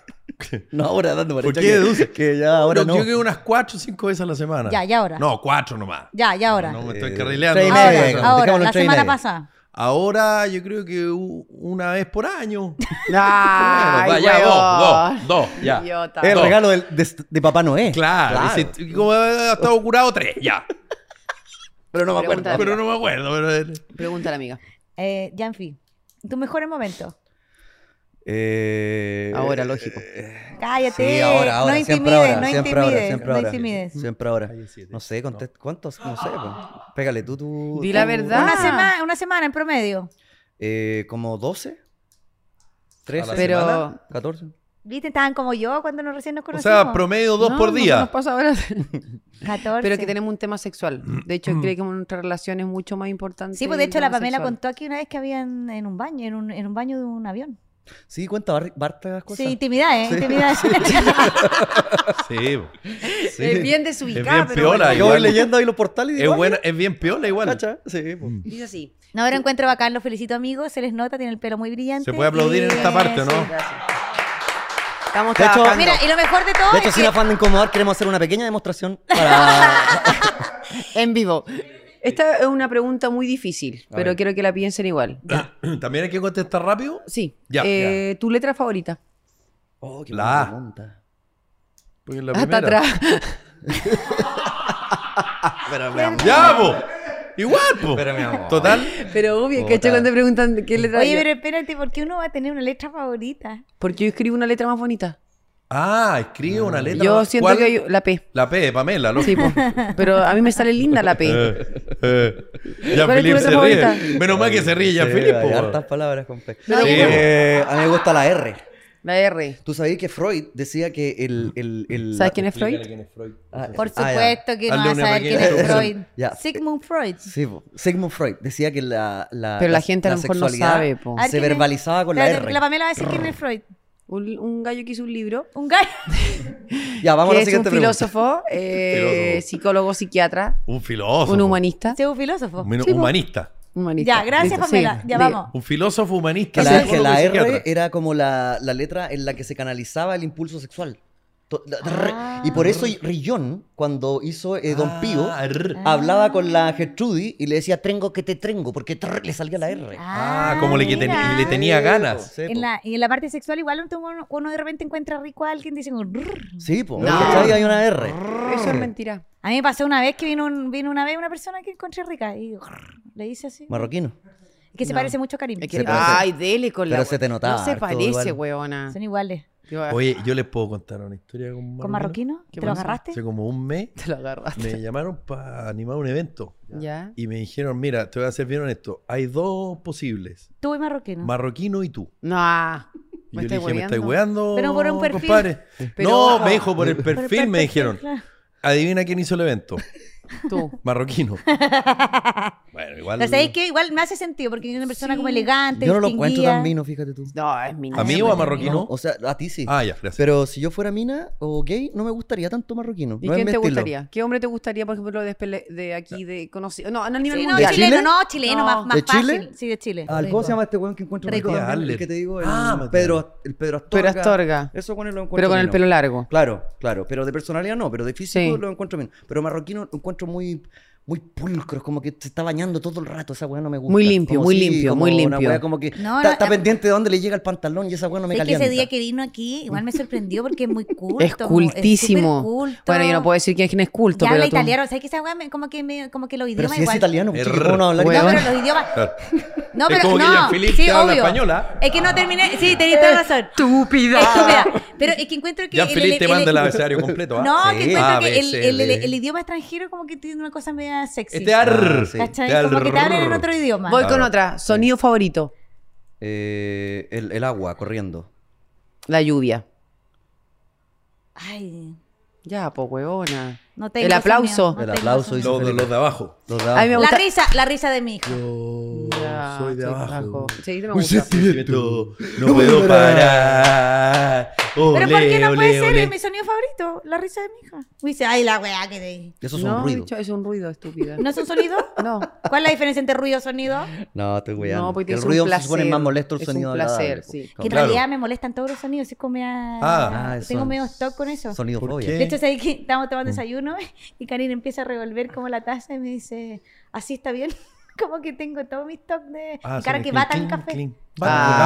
B: No, ahora dando por
E: ¿Por
B: hecho
E: qué
B: que-
E: deduces?
B: Que ya ahora
E: yo
B: no.
E: creo que unas cuatro o cinco veces a la semana.
D: Ya, ya ahora.
E: No, cuatro nomás.
D: Ya, ya ahora.
E: No me estoy
B: Eh,
E: carrileando.
B: tres y
D: ahora,
B: media,
E: Ahora-
B: digamos.
D: ahora,
B: Dejémoslo
D: la
B: en tres y
D: semana
B: media.
D: pasada.
E: Ahora yo creo que u- una vez por año.
C: Ay,
E: Va, ya,
C: huevón.
E: dos, dos, dos, ya.
C: Idiota.
B: Es el
E: No.
B: regalo del- de, de Papá Noé.
E: Claro. y si- y como ha estado curado, tres, ya.
B: Pero no me acuerdo.
C: Pregunta-
E: Pero no me acuerdo. Pero...
C: Pregúntale, amiga.
D: Eh, ya, en fin. Tus mejores momentos.
B: Eh,
C: Ahora, lógico.
D: Cállate.
B: Sí, ahora, ahora.
D: no
B: siempre
D: intimides,
B: ahora,
D: no
B: siempre
D: intimides.
B: ahora, siempre
D: no
B: ahora.
D: intimides.
B: Siempre ahora.
E: Calle siete.
B: No sé, contest- ¿cuántos? No sé. pues. Pégale tú, tú.
C: Di la
B: tú-
C: verdad.
D: Una, semana, una semana en promedio.
B: Eh, como 12. 13.
C: Pero-
B: semana, 14.
D: ¿Viste? Estaban como yo cuando nos recién nos
E: O
D: conocimos.
E: sea, promedio dos
C: No,
E: por
C: no
E: día.
C: nos pasa ahora.
D: 14.
C: Pero que tenemos un tema sexual. De hecho,
E: Mm.
C: creo que nuestra relación es mucho más importante.
D: Sí, pues de
C: el
D: hecho la
C: tema
D: Pamela
C: sexual.
D: contó aquí una vez que habían en un baño, en un, en un baño de un avión.
B: Sí, cuenta bar- hartas cosas.
D: Sí, intimidad, ¿eh?
B: Sí.
D: Intimidad.
E: Sí.
B: (laughs)
E: bo. Sí.
C: Es bien
E: Es
C: desubicada,
E: bien
C: pero
E: piola.
C: bueno.
B: Yo voy
E: Ah, igual.
B: leyendo ahí los portales y
E: Es, Mm.
B: digo,
E: buena, es bien piola
B: "Ah,
E: igual.
B: cacha". Sí, pues.
C: Dice así.
D: no, ahora encuentro bacán, los felicito amigos, se les nota, tienen el pelo muy brillante. Eh,
E: Se puede aplaudir en esta parte, ¿no?
C: Estamos
B: De hecho-
C: trabajando.
D: Mira, y lo mejor de todo
B: De hecho,
D: es
B: sin
D: que
B: afán de incomodar, queremos hacer una pequeña demostración
E: (laughs)
B: para...
C: en vivo. Esta es una pregunta muy difícil,
B: A
C: pero
B: ver.
C: quiero que la piensen igual.
E: (clears throat) También hay que contestar rápido.
C: Sí.
E: Ya.
C: Eh, ¿Tu letra favorita?
B: Oh, qué
E: La
B: buena
E: A.
B: pregunta.
E: Porque es la
C: Hasta
E: primera.
C: Ah, atrás. (laughs)
B: Pero mi amor.
E: Ya, po. Igual, po.
B: Pero, mi amor.
E: Total.
C: Pero obvio,
B: Puta.
C: que cuando te preguntan qué letra
D: Oye,
C: yo-
D: pero espérate, ¿por qué uno va a tener una letra favorita?
C: Porque yo escribo una letra más bonita.
E: Ah, escribe
B: Mm.
E: una letra.
C: Yo siento
E: ¿Cuál?
C: que yo- la P.
E: La P de Pamela, ¿no?
C: Sí, po. pero a mí me sale linda la
E: (laughs)
C: P.
E: Eh, (laughs) eh. Ya
C: ¿Cuál es tu
E: Philip se
C: letra
E: ríe.
C: favorita?
E: Menos mal que se ríe ya
B: Sí,
E: Philip, po,
B: hay
E: weón.
B: hartas palabras con P.
C: Pero-
B: Eh, a mí me gusta la R.
C: La R.
B: Tú sabías que Freud decía que el... el, el
C: ¿Sabes quién es Freud?
B: Ah,
D: Por
B: ah, ya.
D: supuesto que no
E: Hazle
D: va a
E: una
D: saber
E: pequeña
D: quién es
B: introducción.
D: Freud.
B: Ya.
D: Sigmund Freud.
B: Sí, po. Sigmund Freud decía que la, la
C: Pero la gente a lo mejor no
B: sexualidad
C: sabe, po. Ah,
D: A
B: se
D: ver, ¿quién es?
B: verbalizaba con la
D: Espérate,
B: R.
D: porque La Pamela va a decir quién es Freud.
C: Un, un gallo que hizo un libro.
D: Un gallo. (laughs)
B: Ya, vamos a
C: que
B: la
C: es un
B: siguiente pregunta.
C: filósofo, eh,
E: Filósofo.
C: psicólogo, psiquiatra,
E: Un filósofo.
C: un humanista.
D: Sí, un filósofo.
E: Un
D: Sí, po.
E: humanista.
C: Humanista.
D: Ya, gracias
C: Listo,
D: Pamela.
C: sí.
D: Ya
C: Diga.
D: vamos.
E: Un filósofo humanista.
B: Que la,
E: psicólogo
B: que la
E: y
B: R
E: psiquiatra.
B: era como la, la letra en la que se canalizaba el impulso sexual. To- la- re-
D: Ah.
B: y por eso y- Rillón, cuando hizo eh, Don Pío,
E: Ah, R.
B: hablaba con la Gertrudis y le decía, trengo que te trengo, porque trrr, le salía la R.
E: Ah, como le, que ten-
D: mira.
E: le tenía ganas.
B: Sí, po.
D: En la, y en la parte sexual igual uno, uno de repente encuentra rico a alguien dice como, "Rrr".
B: Sí, po.
C: No.
B: ¿Cachai? Hay una R.
C: Eso es mentira.
D: a mí me pasó una vez que vino, un- vino una vez una persona que encontré rica y "Rrr", le hice así
B: Marroquino.
D: que se
C: No.
D: parece mucho a Karim
C: Es que-
D: Sí,
B: pero se-
C: ay, dele con la.
B: pero se te notaba
C: No se
B: harto,
C: parece,
B: igual.
C: huevona.
D: son iguales
C: Yo-
E: Oye, yo les puedo contar una historia con
D: con marroquino
C: ¿Qué
D: te lo
C: pasó?
D: agarraste
E: Hace como un mes
C: (laughs) Te lo agarraste.
D: (laughs)
E: me llamaron para animar un evento.
C: Ya.
E: Y me dijeron, mira, te voy a hacer bien honesto. Hay dos posibles.
D: Mm. tú y marroquino
E: Marroquino y tú.
C: No. ah,
E: Y
C: Me
E: yo le
C: estáis
E: dije, me estáis
C: hueveando".
E: weando.
D: Pero por un perfil.
E: compadre?".
C: Pero-
E: no, me dijo, por el perfil,
D: Pero
E: me
D: perfecto,
E: dijeron.
D: claro.
E: Adivina quién hizo el evento.
C: Tú.
D: (laughs)
E: Marroquino. bueno, igual.
D: Pero sabéis que igual me hace sentido porque es una persona como elegante.
B: Yo no lo encuentro
D: distinguida.
B: tan vino, fíjate tú.
C: No, es mi
E: ¿A mí o a marroquino?
B: O sea, a ti sí.
E: Ah, ya, gracias.
B: Pero si yo fuera mina o gay, no me gustaría tanto marroquino.
C: ¿Y
B: no es
C: quién
B: mi
C: te
B: estilo.
C: gustaría? ¿Qué hombre te gustaría, por ejemplo, de, pele- de aquí, de conocido? No, a nivel
D: Sí, no,
C: mundial.
B: Chile?
D: chileno, no, chileno,
C: No.
D: más, más
B: ¿De Chile?
D: fácil. Sí, de Chile.
B: Al- ¿Cómo se llama este weón que encuentro en
D: Rico.
B: Matías
E: Matías
B: Adler?
E: Adler.
B: El que te digo, el,
E: Ah, Matías
B: Pedro, el Pedro Astorga.
C: Pero Astorga.
B: Eso con él lo encuentro
C: Pero con el
B: menos.
C: pelo largo.
B: Claro, claro. Pero de personalidad no, pero de físico
C: Sí.
B: lo encuentro menos. Pero marroquino lo encuentro muy, muy pulcro, como que se está bañando todo el rato. Esa weá no me gusta.
C: Muy limpio,
B: Como
C: muy
B: sí,
C: limpio,
B: como
C: muy
B: una
C: limpio.
B: weá como que
D: No,
B: está,
D: no,
B: está
D: eh,
B: pendiente de dónde le llega el pantalón y esa weá no me
D: Sé que
B: calienta.
D: ese día que vino aquí igual me sorprendió porque es muy culto.
C: (laughs) Es
D: como-
C: cultísimo.
D: súper culto.
C: Bueno, yo no puedo decir quién es culto,
D: Y
C: pero
D: habla
C: tú-
D: italiano, ¿sabes que esa weá me- como que me- como que los
B: Pero
D: idiomas
B: si es
D: igual?
B: italiano,
E: Er-
B: chico, ¿cómo no hablar
D: No,
C: Weón.
D: pero los idiomas. No,
E: Es
D: pero
E: como que
D: no.
E: Jean-Philippe
D: sí,
E: te habla ¿ah?
D: obvio.
E: española.
D: Es que no terminé. Sí, tenés toda la razón.
C: Estúpida.
D: Estúpida. Pero es que encuentro que.
E: Ya
D: el-
E: Felipe
D: el-
E: te
D: el-
E: manda el abecedario completo. ¿ah?
D: No, que
E: Sí.
D: encuentro
E: A,
D: que el,
E: B, C,
D: el- el-
E: D.
D: el idioma extranjero como que tiene una cosa media sexy.
E: Este ar.
B: sí.
D: ¿Cachai?
E: Este ar-
D: Como que te hablan en otro idioma.
C: Voy con
E: Claro.
C: otra. Sonido favorito.
B: Eh, el, el agua corriendo.
C: La lluvia.
D: Ay,
C: Ya, po, huevona.
D: no tengo
C: El
D: sonido,
C: aplauso.
D: no
B: El
D: tengo
B: aplauso
D: sonido.
B: y-
E: Los de- los de abajo.
B: Los
C: A mí me
B: dados.
C: gusta.
D: La risa, la risa de mi hijo.
C: Ya,
E: Ah. soy de abajo.
C: Sí, te me
E: Un
C: gusta.
E: sentimiento, no puedo parar.
D: Pero ¿por qué
E: Ole,
D: no
E: ole,
D: puede ser
E: ole.
D: Es mi sonido favorito? La risa de mi hija. Me dice, ay, la weá que te.
B: Eso es
C: no,
B: un ruido.
C: bicho, es un ruido, estúpida.
D: (laughs) ¿No es un sonido?
C: No.
D: ¿Cuál es la diferencia entre ruido y sonido?
B: No, estoy weando.
C: No, porque
B: el
C: es un
B: ruido se
C: placer.
B: supone más molesto, el
C: Es un
B: sonido
C: placer,
B: agradable, po.
C: sí.
D: Que en
E: Claro.
D: realidad me molestan todos los sonidos. Así como me ha-
E: Ah.
B: Ah,
D: tengo
B: son-
D: medio stock con eso.
B: Sonido
E: ¿Por
B: fobia.
E: qué?
D: De hecho, sabes que estábamos
E: Mm.
D: tomando desayuno y Karina empieza a revolver como la taza y me dice, así está bien. (laughs) como que tengo todo mi stock de
E: Ah,
D: y cara
E: suena
D: que
E: clink,
D: bata el
E: clink,
D: café.
E: clink.
C: Ah,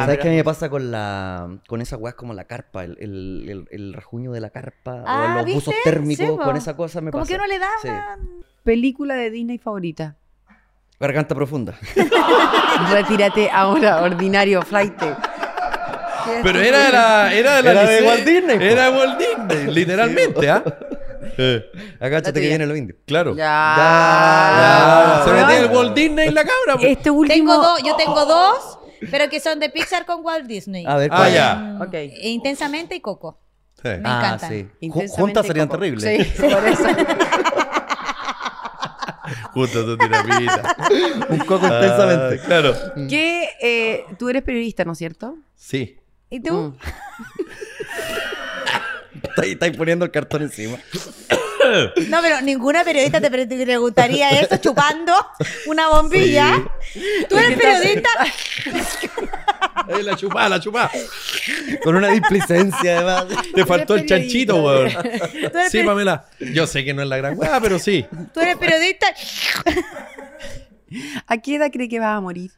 E: Bate,
B: ¿Sabes qué a mí me pasa con la con esas weas como la carpa, el, el, el, el rajuño de la carpa
D: Ah,
B: o los
D: ¿viste?
B: buzos térmicos,
D: Sí, po.
B: con esa cosa me
D: Como
B: pasa.
D: que uno le da
B: Sí.
D: una-
C: Película de Disney favorita.
B: Garganta
D: (laughs)
B: profunda.
C: Retírate ahora, (laughs) ordinario, flight.
E: Pero era de la. Era de, la
B: Era de
E: Licey.
B: Walt Disney, po.
E: Era de Walt Disney, literalmente, ¿ah? (laughs) Eh,
B: Agáchate que
C: tuya.
B: viene lo indio.
E: Claro.
C: Ya.
E: Ah, se
C: Weón,
E: metía el Walt Disney en la cabra. po.
C: Este último.
D: Tengo dos,
E: oh,
D: yo tengo dos, pero que son de Pixar con Walt Disney.
B: A ver,
E: Ah,
B: ¿cuál?
E: ya.
D: Mm,
C: Ok.
D: e Intensamente y Coco.
E: Sí.
D: Me
B: Ah,
D: encantan.
B: sí. Ju-
C: Intensamente
B: Juntas serían
C: como-
B: terribles.
E: (laughs)
C: Sí, por eso.
E: Justo tu dinamita.
B: (laughs) Un coco
E: Ah,
B: intensamente.
E: Claro.
C: ¿Qué, eh, tú eres periodista, ¿no es cierto?
E: Sí.
D: ¿Y
E: Mm.
D: tú?
B: Estáis estáis poniendo el cartón encima.
D: No, pero ninguna periodista te pre- te
B: (laughs)
D: preguntaría eso chupando una bombilla. Tú eres periodista.
E: Ahí Eh, la chupá, la chupá.
B: Con una displicencia, además.
E: Te faltó el chanchito, weón.
D: eres
E: Sí, Pamela. Yo sé que no es la gran weá, pero sí.
D: Tú eres periodista.
C: ¿A qué edad cree que vas a morir?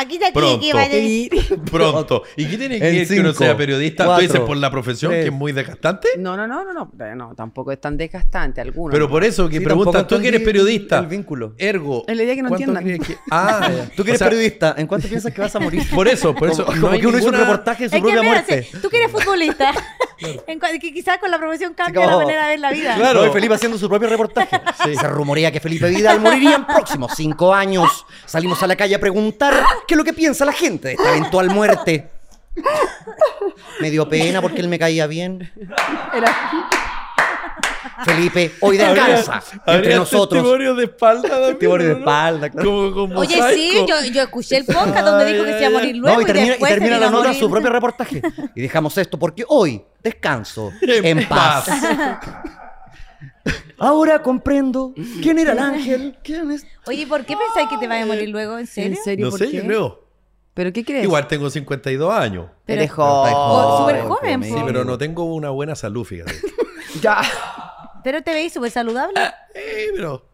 D: Aquí está aquí,
E: Pronto.
D: que va a decir.
E: Pronto. ¿Y qué tiene que
B: En
E: ver que uno
B: cinco,
E: sea periodista?
B: cuatro,
E: Tú dices por la profesión,
B: tres.
E: que es muy desgastante.
C: No, no, no, no, no, pero no, tampoco es tan desgastante alguno.
E: Pero por eso que
B: Sí,
E: preguntas,
B: tampoco
E: tú que eres
B: entendí el-
E: periodista.
B: el vínculo.
E: Ergo.
C: Es la idea que no
E: ¿cuánto
C: entiendan.
E: crees que-
B: (laughs)
E: Ah, ya.
B: Tú que eres
E: O sea,
B: periodista, ¿en cuánto piensas que vas a morir?
E: Por eso, por eso.
B: Como,
E: no
B: como
E: hay
B: que uno hizo un
E: ninguna-
B: reportaje de su
D: Es que
B: propia
D: mira,
B: muerte.
D: sí, tú que
B: (laughs)
D: eres futbolista, en cua- que quizás con la profesión cambia
B: como-
D: la manera de ver la vida.
E: Claro.
B: Claro. Felipe haciendo su propio
E: (laughs)
B: reportaje. Se rumorea que Felipe Vidal moriría en próximos cinco años. Salimos a la calle a preguntar qué es lo que piensa la gente de esta eventual muerte. Me dio pena porque él me caía bien. Felipe, hoy
E: Habría-
B: descansa entre
E: habría
B: nosotros.
E: testimonio de espalda también,
B: Testimonio de
E: ¿no?
B: espalda, claro.
E: Como con
D: Oye, sí,
E: mosaico.
D: yo, yo escuché el podcast donde dijo que se iba a morir luego
B: No, y
D: y,
B: termina, y
D: después
B: termina
D: se
B: la
D: vino a
B: nota
D: morir.
B: su propio reportaje. Y dejamos esto porque hoy descanso
E: En
B: en, paz. Ahora comprendo quién era el ángel. ¿Quién es?
D: Oye, ¿por qué pensáis que te vas a morir luego? ¿En
C: ¿En
D: serio?
C: serio?
E: No
C: ¿Por
E: sé,
C: qué?
E: yo creo.
C: ¿Pero qué crees?
E: Igual tengo 52 años.
C: Pero
B: Eres
C: es
B: joven.
D: jo- súper joven,
E: Sí,
D: po.
E: pero no tengo una buena salud, fíjate. (laughs)
C: (laughs) Ya.
D: Pero te veis súper saludable.
E: Eh, pero.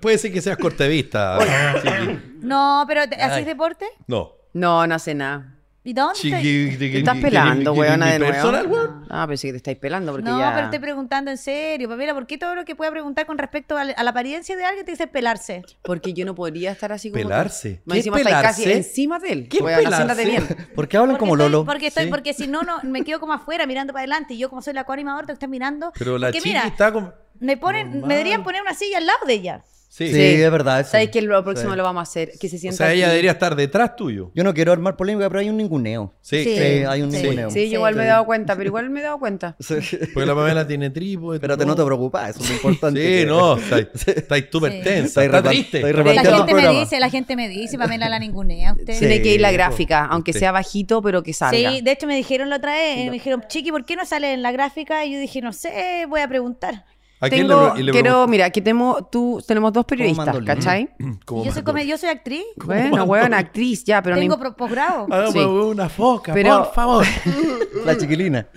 E: Puede ser que seas cortevista. chiqui.
D: No, pero te- ¿hacís
E: Ay.
D: deporte?
E: No.
C: No, no hace nada.
D: ¿Y dónde estáis?
E: Chiqui,
C: Te estás pelando, weona, de nuevo.
E: personal, weón.
C: Ah, pensé que te estáis pelando porque
D: No,
C: ya...
D: pero estoy preguntando en serio. Pamela, ¿por qué todo lo que pueda preguntar con respecto al- a la, apariencia de alguien te dice pelarse?
C: Porque yo no podría estar así como...
E: Pelarse.
C: Más
E: ¿Qué
C: encima estáis casi
E: pelarse?
C: encima de él.
E: ¿Qué
C: Weón,
E: pelarse?
C: haciéndote bien.
B: (laughs) ¿Por qué hablan
D: Porque
B: como
D: estoy-
B: Lolo?
D: Porque, estoy,
E: Sí.
D: porque si no, no, me quedo como afuera mirando para adelante. Y yo, como soy la animadora, te estás mirando.
E: Pero la
D: porque
E: chiqui
D: mira,
E: está como.
D: me ponen, me deberían poner una silla al lado de ella.
E: Sí.
B: Sí, es verdad. eso.
C: Sabes que lo próximo
B: Sí.
C: lo vamos a hacer. Que se
E: O
C: sienta.
E: sea, ella
C: aquí.
E: debería estar detrás tuyo.
B: Yo no quiero armar polémica, pero hay un
E: (laughs)
B: ninguneo.
E: Sí.
B: Sí, hay un
D: sí.
B: ninguneo.
C: Sí, yo igual me he dado cuenta, pero igual me he dado cuenta.
B: (laughs) Sí.
E: Porque la Pamela tiene trípode.
B: Pero te- no te preocupes, eso es lo importante.
E: (laughs) Sí,
B: que-
E: no, estáis súper
D: Sí.
E: tensa,
B: Estáis
E: está
B: repan-
E: triste.
B: estáis
D: La
B: Plantea
D: gente
B: los
D: me
B: programas.
D: dice, la gente me dice, Pamela la ningunea usted.
B: Sí.
D: Sí.
C: Tiene que ir la
B: Sí,
C: gráfica, aunque
E: Sí.
C: sea bajito, pero que salga.
D: de hecho me dijeron la otra vez, eh, me dijeron, Chiqui, ¿por qué no sale en la gráfica? Y yo dije, no sé, voy a preguntar.
E: ¿A quién le
C: Tengo,
E: pre- y le
C: quiero, mira, aquí tenemos, tú, tenemos dos periodistas,
B: mando el link?
C: ¿cachai?
E: pregunto? ¿Cómo
D: Yo soy,
E: mandó?
D: comedia- yo soy actriz,
C: Bueno, weón, actriz, ya, pero no
D: tengo
C: imp-
D: pro- posgrado.
E: Hagamos
C: Sí.
E: una foca,
C: Pero-
E: por favor.
B: (laughs) La chiquilina.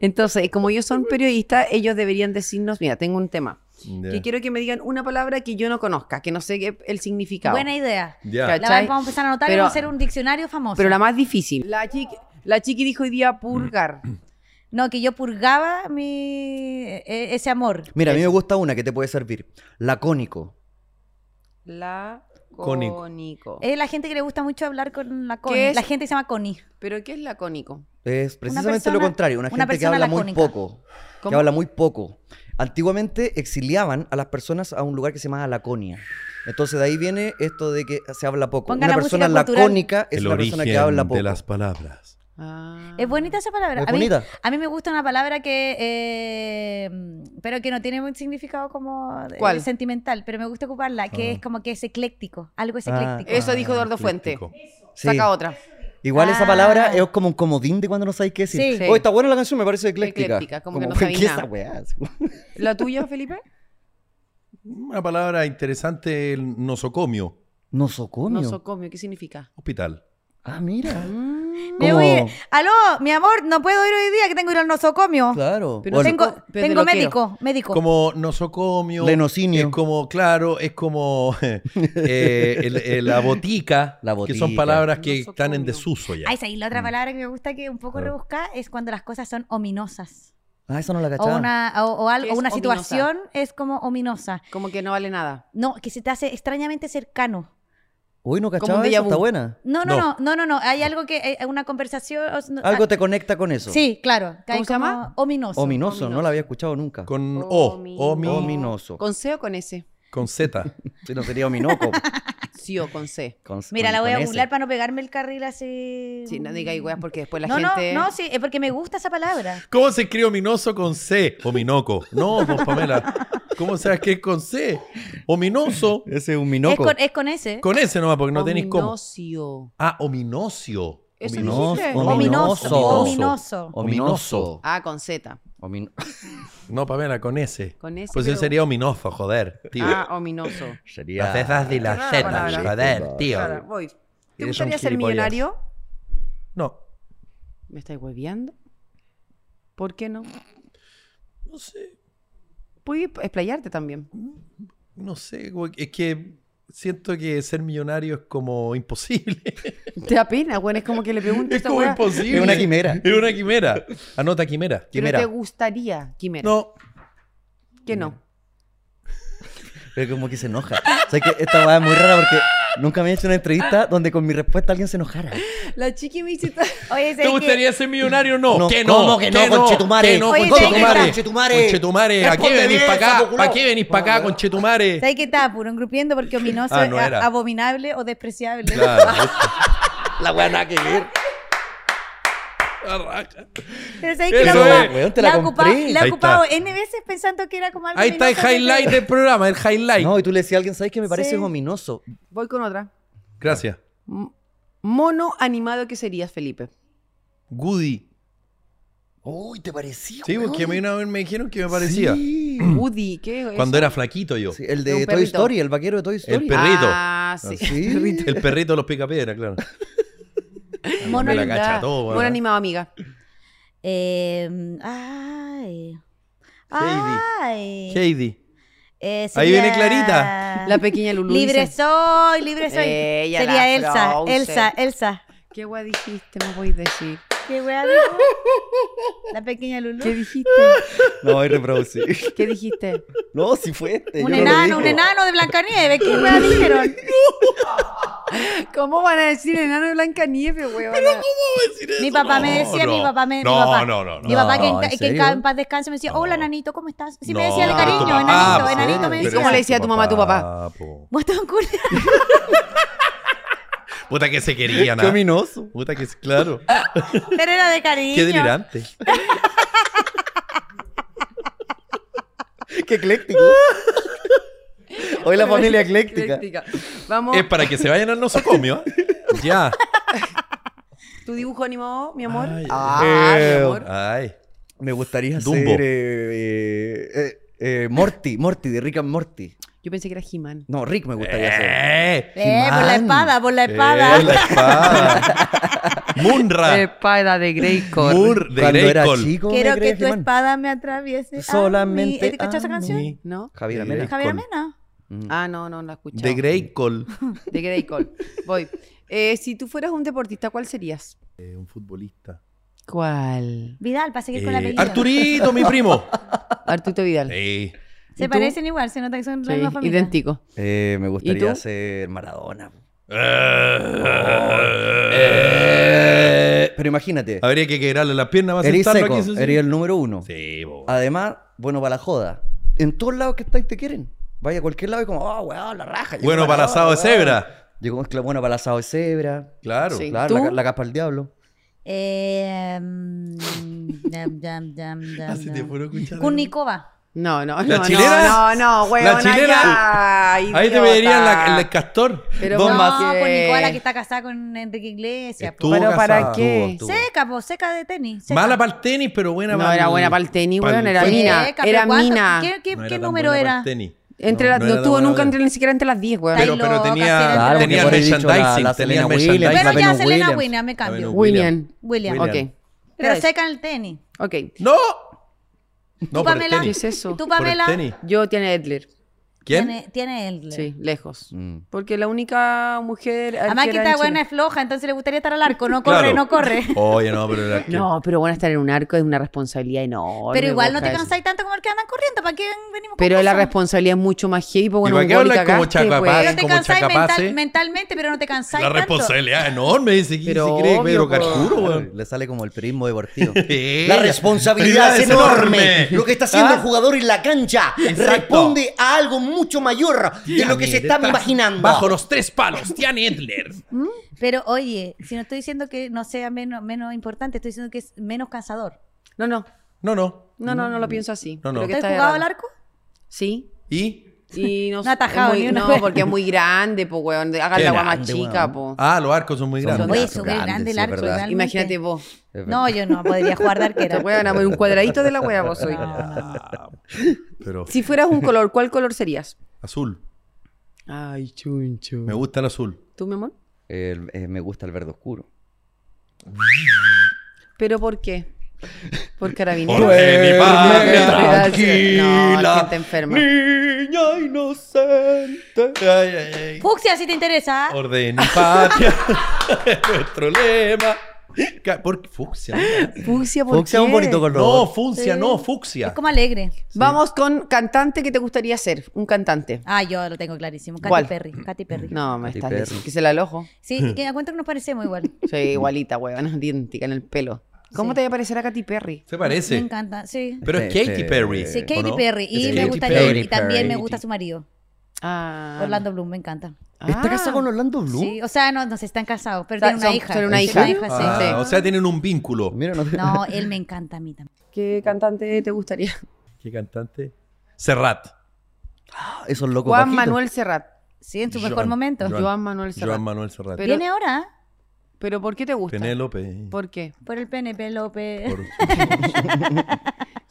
C: Entonces, como ellos son periodistas, ellos deberían decirnos, mira, tengo un tema.
E: Ya.
C: Que quiero que me digan una palabra que yo no conozca, que no sé qué- el significado.
D: Buena idea.
E: Ya.
C: Cacha-
D: La
C: Ah, ¿Cachai?
D: vamos a empezar a anotar y
C: Pero-
D: vamos a hacer un diccionario famoso.
C: pero la más difícil. La chiqui, la chiqui dijo hoy
E: Mm.
C: día purgar.
D: No, que yo purgaba mi e- ese amor.
B: Mira, a mí me gusta una que te puede servir. Lacónico.
C: La
E: Cónico.
C: cónico.
D: Es la gente que le gusta mucho hablar con la
C: Oh. ¿Qué
D: Connie.
C: es?
D: La gente que se llama Connie.
C: ¿Pero qué es la cónico?
B: Es precisamente lo
D: persona-
B: contrario, una
D: una
B: gente que
D: persona
B: habla muy
D: lacónica.
B: poco. Que
C: ¿Cómo?
B: habla muy poco. Antiguamente exiliaban a las personas a un lugar que se llamaba Laconia. Entonces de ahí viene esto de que se habla poco.
D: Pongan
B: una
D: la
B: persona
D: música cultural.
B: lacónica es
E: El
B: una
E: origen
B: persona que habla poco.
E: de las palabras.
C: Ah.
D: Es bonita esa palabra.
B: Es
D: a, mí,
B: bonita.
D: a mí me gusta una palabra que. eh, pero que no tiene un significado como. eh,
C: ¿Cuál? Ah.
D: Sentimental, pero me gusta ocuparla, que es como que es ecléctico. Algo es
B: Ah,
D: ecléctico.
C: Eso dijo Eduardo Fuente.
E: Ecléctico.
B: Sí.
C: Saca otra.
B: Igual esa
D: Ah.
B: palabra es como un comodín de cuando no sabéis qué decir.
D: Sí.
C: Sí.
B: Oh, está buena la canción, me parece ecléctica.
C: Ecléctica, como que no
B: "Fue,
C: sabéis
B: ¿qué
C: nada".
B: esa weá?
C: ¿La tuya, (laughs) Felipe?
E: Una palabra interesante, el nosocomio,
B: Nosocomio.
C: Nosocomio, ¿qué significa?
E: hospital.
B: Ah, mira.
C: Mm,
D: Me
B: como-
D: voy- Aló, mi amor, no puedo ir hoy día que tengo que ir al nosocomio.
B: Claro.
C: Pero
B: O
C: Bueno,
D: tengo
C: pero de
D: tengo
C: lo que-
D: médico, médico.
E: Como nosocomio.
B: Lenocinio.
E: Es como, claro, es como (laughs) eh, el- el- la, botica,
B: La
E: Que
B: botica.
E: son palabras que están en
C: Nosocomio.
E: desuso ya.
D: Ay, sí, la
C: Mm.
D: otra palabra que me gusta que un poco
E: Claro.
D: rebuscada es cuando las cosas son ominosas.
B: Ah, esa no la
D: O
B: cachaba.
D: una, o, o al-
C: ¿Qué
D: o
C: es
D: una
C: ominosa?
D: situación es como ominosa.
C: Como que no vale nada.
D: No, que se te hace extrañamente cercano.
B: Uy, no
C: un
B: cachaba
C: déjà
B: esa,
C: vu.
B: está buena.
D: No, no,
E: No.
D: no, no, no, no. Hay algo que, eh, una conversación. o- no,
B: Algo
D: ah,
B: te conecta con eso.
D: Sí, claro. que hay
C: ¿Cómo se
D: como
C: llama?
D: Ominoso.
B: Ominoso, no
C: Ominoso.
B: la había escuchado nunca.
E: Con O, omi,
B: Ominoso.
C: ¿Con C o con S?
E: con Z.
B: Si no sería
D: (laughs)
B: ominoco.
C: Sí o con C.
B: Con-
D: Mira,
B: con-
D: la voy a
B: con ese.
D: burlar para no pegarme el carril así.
C: Sí, no digáis weas porque después la
D: no,
C: gente.
D: no, no, sí, es porque me gusta esa palabra.
E: ¿Cómo se escribe ominoso con C? Ominoco. No, pues, Pamela. ¿Cómo sabes que es con C? Ominoso.
B: Ese es un
D: Es
B: minoco.
D: con, es con ese.
E: Con S nomás, porque no tenéis cómo.
C: Ominocio.
E: Ah, ominocio.
C: Eso
B: Ominoso,
C: dijiste.
B: ominoso.
D: Ominoso.
B: Ominoso.
C: Ah, con Z.
B: Omin-
E: No, Pamela, con S.
C: Con S.
E: Pues
C: pero-
E: eso sería ominoso, joder, tío.
C: Ah, ominoso.
B: Sería.
E: de
C: la Rara Z, palabra.
B: joder, tío.
C: Claro, voy. ¿Te
B: Eres un
C: gustaría ser
B: gilipollas.
C: millonario?
E: No,
C: ¿Me estáis hueviando? ¿Por qué no?
E: no sé,
C: Puedes explayarte también.
E: no sé. como que- Es que siento que ser millonario es como imposible. (laughs)
C: Te da pena, weón. Es como que le pregunto.
E: es
C: esta
E: como
C: wea,
E: imposible.
B: Es una quimera.
E: Es una quimera. Anota quimera.
C: ¿Pero
E: Quimera.
C: te gustaría, Quimera?
E: No,
C: ¿Qué no?
B: Pero como que se enoja. O sea, que esta va es muy rara porque nunca me he hecho una entrevista donde con mi respuesta alguien se enojara.
C: La chiqui me hiciste.
D: Oye, sé
E: ¿te
D: que-
E: gustaría ser millonario? No.
B: No,
E: ¿Qué no?
B: ¿cómo que no,
E: ¿Qué
B: conchetumare?
E: ¿Qué no,
D: Oye,
E: conchetumare?
B: conchetumare.
E: Conchetumare, ¿A qué
B: Respóndeme
E: venís para
B: esa,
E: acá?
B: popular.
E: ¿Para qué venís para acá, conchetumare?
D: ¿Sabes qué estaba puro engrupiendo? Porque ominoso
E: Ah, no
D: es
E: era.
D: a- abominable o despreciable.
E: Claro.
B: La weá nada que ver.
D: Pero ¿sabes qué? La,
E: Eso
D: ocupa-
E: es,
B: weón, te la
D: la ocupa-
B: compré.
D: la he
E: Ahí
D: ocupado
E: está.
D: N veces pensando que era como algo
E: Ahí está el
D: ominoso, pero-
E: highlight del programa, el highlight.
B: No, y tú le decías a alguien, ¿sabes qué me parece
D: Sí.
B: ominoso?
C: Voy con otra.
E: Gracias.
C: M- Mono animado que serías, Felipe.
E: Goody.
B: Uy, te parecía.
E: Sí, porque a mí una vez me dijeron que me parecía.
B: Sí.
C: Woody, ¿qué? es
E: Mm. Cuando era flaquito yo.
B: Sí, el
C: Es
B: de
C: un
B: Toy
C: perrito.
B: Story, el vaquero de Toy Story.
E: perro. perrito.
C: Ah,
D: (laughs)
C: sí.
B: Sí.
E: El perrito de los picapiedras, (laughs) claro.
D: Mono
E: Me la
D: animado.
E: cacha todo,
C: (laughs) Mono
E: weón.
C: animado, amiga.
D: Eh, ay.
E: Heidi.
D: Ay.
E: Heidi.
D: Eh,
E: Ahí viene Clarita.
C: La pequeña Lulú.
D: Libre
C: dice,
D: soy, libre soy.
C: Ah. Ella, la
D: Sería Elsa,
C: Frozen.
D: Elsa, Elsa.
C: ¿Qué guay dijiste? No voy a decir.
D: Qué wea dijo. La pequeña Lulu.
C: ¿Qué dijiste?
B: (laughs) No, voy a
E: (laughs)
B: reproducir.
C: ¿Qué dijiste?
B: No, si fue este.
D: Un
B: yo no lo
D: enano,
B: dije.
D: un enano de Blancanieves. ¿Qué wea dijeron?
C: (laughs) ¿Cómo van a decir enano de Blancanieves, weón?
E: ¿Cómo decir eso?
D: Mi papá
E: No,
D: me decía,
E: no.
D: mi papá me
E: No,
D: mi papá,
E: no, no, no.
D: Mi papá que, en,
B: No, ¿en
D: que en
B: serio?
D: ca- en paz descanse me decía,
E: No.
D: hola, nanito, ¿cómo estás? Sí me
E: No,
D: decía el
E: pero
D: cariño,
E: tu papá,
D: enanito,
E: pues,
D: enanito me
E: pero
D: decía.
G: ¿Cómo le
E: ese es Ah,
G: decía a tu mamá a tu papá?
E: po.
D: Botón culo. (laughs)
E: Puta que se
G: (laughs)
E: querían.
B: Qué
E: ah.
B: ominoso.
E: Puta que es claro.
D: Pero era de cariño.
E: Qué delirante.
B: Qué
D: (laughs)
B: ecléctico. Hoy la familia ecléctica.
C: Vamos,
E: Es para que se vayan al nosocomio.
D: (laughs)
E: ¿eh? Ya.
C: tu dibujo animado, mi amor.
E: Ay,
B: Ah,
E: eh,
B: mi amor.
E: ay.
B: Me gustaría hacer
E: Dumbo.
B: eh, eh, eh, eh, Morty, Morty, de Rick and Morty.
C: Yo pensé que era He-Man.
B: No, Rick me gustaría hacer.
E: Eh,
D: Eh, por la
B: He-Man.
D: espada, por la
E: eh,
D: espada.
B: (laughs)
E: la espada. Munra.
G: Espada de Greycore.
E: Mur de
B: Eh, Cuando era
E: Greycol.
B: chico, me
D: Quiero que
B: creía
D: tu
B: He-Man.
D: espada me atraviese. a mí.
B: Solamente
D: ¿Eh, ¿Te escuchó esa
B: a
D: canción?
B: mí.
C: ¿No?
B: Javier
E: Mira.
B: Amena.
D: Javier Amena.
C: Ah, no, no, no la escuché.
E: De Greycol.
C: De Greycall. Voy. Eh, si tú fueras un deportista, ¿cuál serías?
E: Un futbolista.
C: ¿Cuál?
D: Vidal, para seguir con la
E: Eh,
D: apellido.
E: Arturito,
C: (laughs)
E: mi primo.
C: Arturo Vidal.
E: Sí.
D: Se
C: ¿Y tú?
D: parecen igual, se nota que son la
C: Sí,
D: misma familia.
C: idéntico.
B: Eh, me
C: ¿Y tú?
B: gustaría hacer Maradona.
E: Eh.
B: Pero imagínate,
E: Habría que quebrarle las piernas para
B: eres
E: sentarlo
B: seco, Ah,
E: aquí. sí, sí.
B: eres el número uno.
E: Sí, po.
B: Además, bueno para la joda. En todos lados que estáis te quieren. Vaya a cualquier lado y como, oh, weón, la raja. llegó
E: Bueno para el
B: Maradona,
E: asado de
B: weón".
E: cebra.
B: Llegó, claro, bueno para el asado de cebra.
E: Claro.
C: Sí.
B: Claro, la,
C: ¿Tú?
B: la capa del diablo.
D: Eh,
E: (laughs)
D: mm, dam, dam, dam, dam,
E: Así Ah, te
D: dam.
E: puedo escuchar.
D: Kunikova.
C: No, no, no.
E: ¿La
C: no,
E: chilena?
C: No, no, weón.
E: La chilena. Ahí te verían la, el
C: la
E: castor.
C: Pero
E: Dos
C: no,
E: más. Eh.
D: No,
C: que-
D: con Nicola que está casada con Enrique Iglesias. po.
E: Estuvo
C: ¿Pero para
E: casada.
C: qué?
E: Estuvo, estuvo.
D: Seca, po, seca de tenis. seca.
E: Mala para el tenis, pero buena
C: No,
E: para
C: era buena para el tenis,
E: pa'l-
C: weón. Era
E: Sí,
C: mina.
D: Seca, pero
C: Era
D: ¿cuánto-
C: mina.
D: ¿Qué, qué-
E: No
D: qué
E: era tan
D: número
E: buena
D: era?
E: pa'l tenis.
C: Entre
E: No,
C: las-
E: no
C: no,
E: era tan
C: estuvo
E: buena
C: nunca
E: para el
C: entre, ni siquiera entre las 10, weón.
D: Está
E: Pero, pero
D: loca,
E: tenía,
D: sí, era
B: Claro, porque
E: tenía el
B: por ahí dicho la-
E: merchandising.
B: la
E: tenía el
B: Serena Williams,
E: merchandising.
D: Bueno,
B: la
D: ya
B: Venus
D: Selena
B: Williams.
D: Williams, me cambio.
E: Venus
C: William.
D: William.
E: Williams.
C: Ok.
D: Pero
C: Tres.
D: seca en el tenis.
C: Ok.
E: ¡No! No,
D: ¿Tú,
E: por el
D: Pamela?
E: tenis.
C: ¿Qué es eso?
D: ¿Tú,
E: Por el
D: Pamela?
E: tenis.
C: Yo tiene Edler.
E: ¿Quién?
D: Tiene, tiene el.
C: Sí, lejos.
B: Mm.
C: Porque la única mujer.
D: Además que
C: arquera
D: esta
C: en Chile.
D: buena es floja, entonces le gustaría estar al arco. No corre,
E: Claro.
D: no
E: (laughs)
D: corre.
E: Oye, no, pero era
C: No, pero bueno, estar en un arco es una responsabilidad enorme.
D: Pero igual no te
C: boca, es-
D: cansáis tanto como el que andan corriendo. ¿Para qué venimos con
C: Pero la
D: cosas?
C: responsabilidad es mucho más heavy. Porque
E: ¿Y
C: bueno,
E: para
C: un
E: qué
C: gol y
E: hablas como
C: cagaste,
E: Chacapá?
C: pues.
D: Pero te
E: como
D: cansáis
E: Chacapace.
D: mental- mentalmente, pero no te cansáis
E: La
D: tanto.
E: responsabilidad es enorme, dice. ¿Quién
C: Pero
E: se cree que
C: obvio,
E: Pedro
C: po.
E: Carcuro,
B: Claro,
E: weón?
B: le sale como el periodismo
E: (laughs)
B: deportivo.
E: Sí.
B: La responsabilidad es enorme. Lo que está haciendo
E: ¿Ah?
B: el jugador en la cancha
E: Exacto.
B: responde a algo mucho mayor
E: Ah,
B: de lo que se
E: Mira,
B: estaba imaginando.
E: Bajo los tres palos, Tian Edler.
D: Pero oye, si no estoy diciendo que no sea menos, menos importante, estoy diciendo que es menos cansador.
C: No, no.
E: No, no.
C: No, no, no lo pienso así.
E: No, no.
C: Creo que
D: ¿Tú has
C: está
D: jugado al
C: errado.
D: arco?
C: Sí.
E: ¿Y?
D: (laughs)
C: Y no,
D: No ha atajado
C: es muy-
D: ni una
C: No,
D: vez.
C: porque es muy grande, po, weón. Hagan
E: Qué
C: la agua más
B: grande,
C: chica,
B: weón.
C: po.
E: Ah, los arcos son muy
B: Son
E: grandes.
D: Oye,
B: grandes,
D: súper
B: son
D: grande el
B: grandes,
D: arco.
B: sí, es verdad.
D: realmente.
C: Imagínate vos.
D: No, yo no podría jugar de
C: (laughs) Te
D: arquera.
C: voy a ganar un cuadradito de la wea, vos soy.
D: No, no.
E: Pero
C: Si fueras un color, ¿cuál color serías?
E: azul.
C: Ay, chuncho.
E: Me gusta el azul.
C: ¿Tú, mi amor?
B: El- eh, me gusta el verde oscuro.
C: ¿Pero por qué? Por
E: Porque
C: carabineros.
E: mi
C: Gracias.
E: padre-
C: No,
E: tranquila.
C: gente enferma.
E: Niña inocente. Ay, ay, ay.
D: Fuxia, si te interesa.
E: Orden y patria. (laughs) Nuestro lema. Ca- ¿Por qué? Fucsia. mira.
C: Fucsia, ¿por
B: Fucsia es
C: qué?
B: un bonito color.
E: No, fucsia, no,
D: Es
E: fucsia.
D: como alegre.
C: Vamos con cantante que te gustaría ser. Un cantante.
D: Ah, yo lo tengo clarísimo. Katy
C: ¿Cuál?
D: Perry. Katy Perry.
C: No, me
B: Katy
C: estás
B: Perry.
C: diciendo que se la alojo.
D: Sí, y que a cuenta que nos parecemos igual.
C: Soy
E: (laughs)
C: igualita, weón, (laughs) idéntica en el pelo. ¿Cómo te va a parecer a Katy Perry?
E: Se
D: Me
E: parece.
D: encanta, sí.
E: Pero es
B: Sí,
E: Katy
B: sí.
E: Perry.
D: Sí,
E: ¿o
D: Katy
E: no?
D: Perry. Y
E: Es
D: me
E: Katy
D: gusta
E: Perry.
D: él. Y también me
B: Perry.
D: gusta su marido.
C: Ah.
D: Orlando Bloom, me encanta.
B: ¿Está casado con Orlando Bloom?
D: Ah, Sí, o sea, no, no se están casados, pero
C: Sa-
D: tienen una
C: son-
D: hija.
C: son una
D: Tienen
C: hija.
D: sí.
E: Ah,
C: Sí.
E: O sea, tienen un vínculo.
B: Mira, no te-
D: No, él me encanta a mí también.
C: ¿Qué cantante te gustaría?
E: ¿Qué cantante? Serrat.
B: (laughs) esos locos
C: Juan
B: bajitos.
C: Manuel Serrat.
D: Sí, en su
E: Joan-
D: mejor momento.
E: Joan-
C: Joan, Manuel Serrat.
E: Joan Manuel Serrat.
C: Pero-
D: Viene ahora
C: ¿Pero por qué te gusta?
E: Penélope.
C: ¿Por qué?
D: por el pene, Pelope.
E: Por-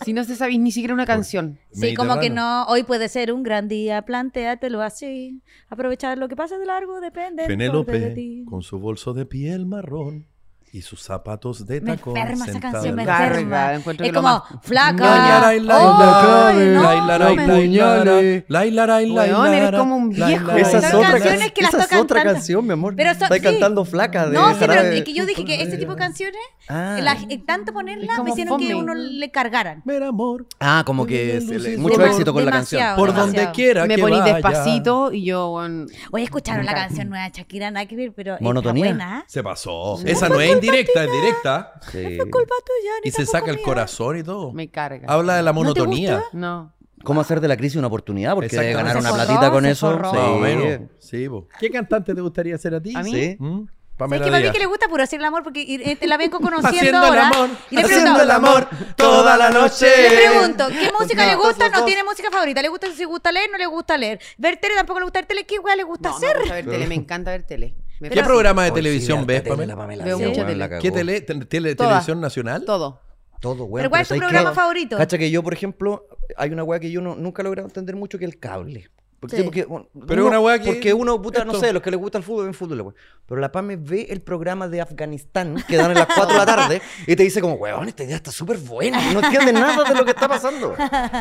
C: Si no te sabéis ni siquiera una canción.
D: (laughs) Sí, como que
E: Mediterráneo.
D: no, hoy puede ser un gran día, plantéatelo así. Aprovechar lo que pasa de largo depende. todo de
E: Penélope,
D: ti.
E: con su bolso de piel marrón, y sus zapatos de
D: Me
E: tacón
D: enferma esa
E: sentado
D: canción, me
E: en
C: Carga,
D: enferma.
C: la encuentro
D: Es
C: que lo
D: como,
C: más-
D: flaca.
E: Laila,
D: ay,
E: laila, laila,
D: no, no
E: laila, laila,
D: me-
E: laila, laila, laila,
C: Weón, eres como un
E: laila,
C: viejo.
E: laila,
B: Esa es
D: Son
E: laila.
B: otra,
D: canciones
B: can-
D: que las
B: esa es
D: tocan
B: otra
D: tanto.
B: canción, mi amor.
D: Pero son-
B: Está
D: sí.
B: cantando flaca. De
D: No, sí, pero
B: Jarabe-
D: es que yo dije que este tipo de canciones,
B: Ah.
D: la- eh, tanto ponerlas, me
C: como
D: hicieron que
C: fome.
D: uno le cargaran.
E: Ver amor.
B: Ah, como que se le- mucho
D: Dema-
B: éxito con la
D: demasiado,
B: canción.
E: Por
D: demasiado.
E: donde quiera
C: Me
E: que
C: poní
E: vaya.
C: despacito y yo, bueno,
D: Oye, escucharon la canción nueva de Shakira, nada que ver, pero está
B: Monotonía.
D: buena.
E: Se pasó. Esa no es indirecta, es directa.
B: Sí.
D: Culpa tuya, ni
E: Y se
D: tampoco
E: saca el
D: mía.
E: corazón y todo.
C: me carga.
E: Habla de la monotonía.
C: No.
B: ¿Cómo hacer de la crisis una oportunidad? Porque debe
E: Exactamente.
B: ganar una
D: Se forró,
B: platita con
D: se
B: eso.
D: forró.
B: Sí.
E: Más o menos. Sí, vos. ¿Qué cantante te gustaría ser a ti?
C: ¿A mí?
B: Sí.
E: ¿Mm?
D: ¿Sabes
E: Pamela
D: que papi
E: Díaz.
D: que le gusta puro hacer el amor? Porque y- eh, la
E: (laughs)
D: vengo conociendo
E: Haciendo el
D: ahora.
E: amor,
D: y le
E: haciendo
D: pregunto,
E: el amor toda la noche.
D: le pregunto,
E: (laughs)
D: ¿qué música le
B: No,
D: gusta?
B: esos
D: No
B: dos.
D: tiene música favorita. ¿Le gusta si gusta leer? No le gusta leer. Ver tele tampoco le gusta ver tele. ¿Qué weá le gusta
C: No,
D: hacer?
C: me gusta ver tele, me encanta ver tele. Me
E: ¿Qué
C: fascina.
E: programa de
B: Hoy sí,
E: televisión
B: harta
E: ves,
B: tele,
E: Pamela?
B: la Pamela
C: Veo
B: sí,
C: mucha
B: weón,
C: tele.
B: la cagó.
E: ¿Qué tele? te- tele-
C: Todas.
E: ¿Televisión nacional?
C: Todo.
B: Todo, weón.
D: ¿Pero cuál es tu
B: ¿sabes qué?
D: programa favorito?
B: Cacha que yo, por ejemplo, hay una weá que yo no- nunca he logrado entender mucho que es el cable. Porque,
D: Sí.
B: porque, bueno,
E: Pero
B: uno-
E: una weá que-
B: Porque uno, puta, no
E: esto.
B: sé, los que les gusta el fútbol ven fútbol, weón. Pero la PAME ve el programa de Afganistán que dan a las 4 de la tarde y te dice como, weón, esta idea está súper buena. No entiende nada de lo que está
D: (laughs)
B: pasando.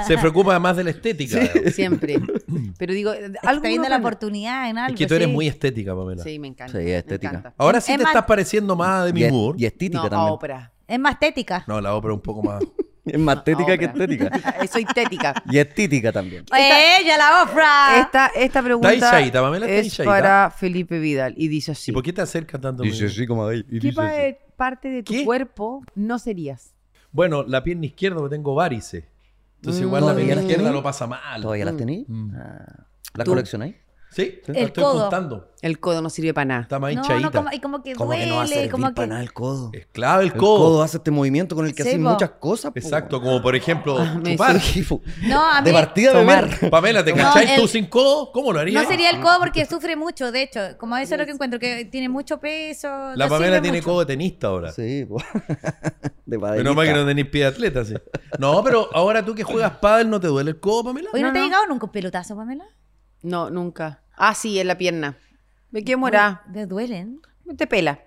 E: Se preocupa más de la estética. digamos. (coughs)
C: Siempre. Pero digo, eh, algo.
D: Está viendo
C: uno
D: la
C: aprende.
D: oportunidad en algo.
E: Es que tú eres
D: sí.
E: muy estética, Pamela.
C: Sí, me encanta.
B: Sí,
C: me
B: estética.
C: encanta.
E: Ahora sí
D: Es
E: te
D: más-
E: estás pareciendo más a Demi
B: y, es-
E: Moore.
B: y estética
C: no,
B: también.
C: a ópera.
D: Es más tética.
E: No, la ópera un
D: (laughs)
E: poco más.
B: Es más tética que
C: ópera.
B: estética.
F: (laughs) Eh,
C: Soy
E: (laughs)
C: tética.
B: Y estética también.
D: ¡Ella, la ofra!
F: Esta, esta pregunta
E: Está hinchadita, Ah. Pamela, está
F: es
E: hinchadita.
F: para Felipe Vidal y dice así.
E: ¿Y por qué te acercas tanto? a mí?
B: Dice sí como ahí. y
F: ¿Qué
B: dice
F: pa-
B: así.
F: parte de tu
E: ¿Qué?
F: cuerpo no serías?
E: Bueno, la pierna izquierda, porque tengo varices.
D: Mm,
E: Entonces, igual la
B: ¿todavía
E: pierna
B: las
E: izquierda
B: tenés?
E: lo pasa mal.
B: ¿Todavía las tenéis? Ah, ¿La coleccionáis?
E: Sí, la
D: El
E: estoy
D: codo.
E: juntando.
C: El codo no sirve para nada.
E: Está más
D: No, no,
E: hinchadita.
D: como, y como que
B: Como que no va a
D: duele,
B: servir
D: como
B: para
D: que...
B: nada el codo.
E: Es clave el
B: El
E: codo.
B: codo hace este movimiento con el que
D: Sí,
B: haces
D: po.
B: muchas cosas. po.
E: Exacto, como por ejemplo
D: Ah,
C: me
E: chupar.
B: Sí, po.
D: No, a mí...
B: De partida beber.
E: Pamela, ¿te
D: No,
E: cacháis
D: el-
E: tú sin codo? ¿Cómo lo harías?
D: No sería el codo
E: (laughs)
D: porque sufre mucho, de hecho. Como eso es lo que encuentro, que tiene mucho peso.
E: La
D: no
E: Pamela
D: sirve
E: tiene
D: mucho.
E: codo de tenista ahora.
B: Sí, po. (laughs) De
E: Menos mal que no
B: padelita.
E: tenés pie de atleta, sí. No, pero ahora tú que juegas pádel, ¿no te duele el codo, Pamela?
D: Oye, ¿no,
C: No,
D: te ha
C: no.
D: llegado nunca un pelotazo, Pamela?
C: No, nunca. Ah, sí, en la pierna. ¿De qué morá?
D: Me duelen.
C: Te pela.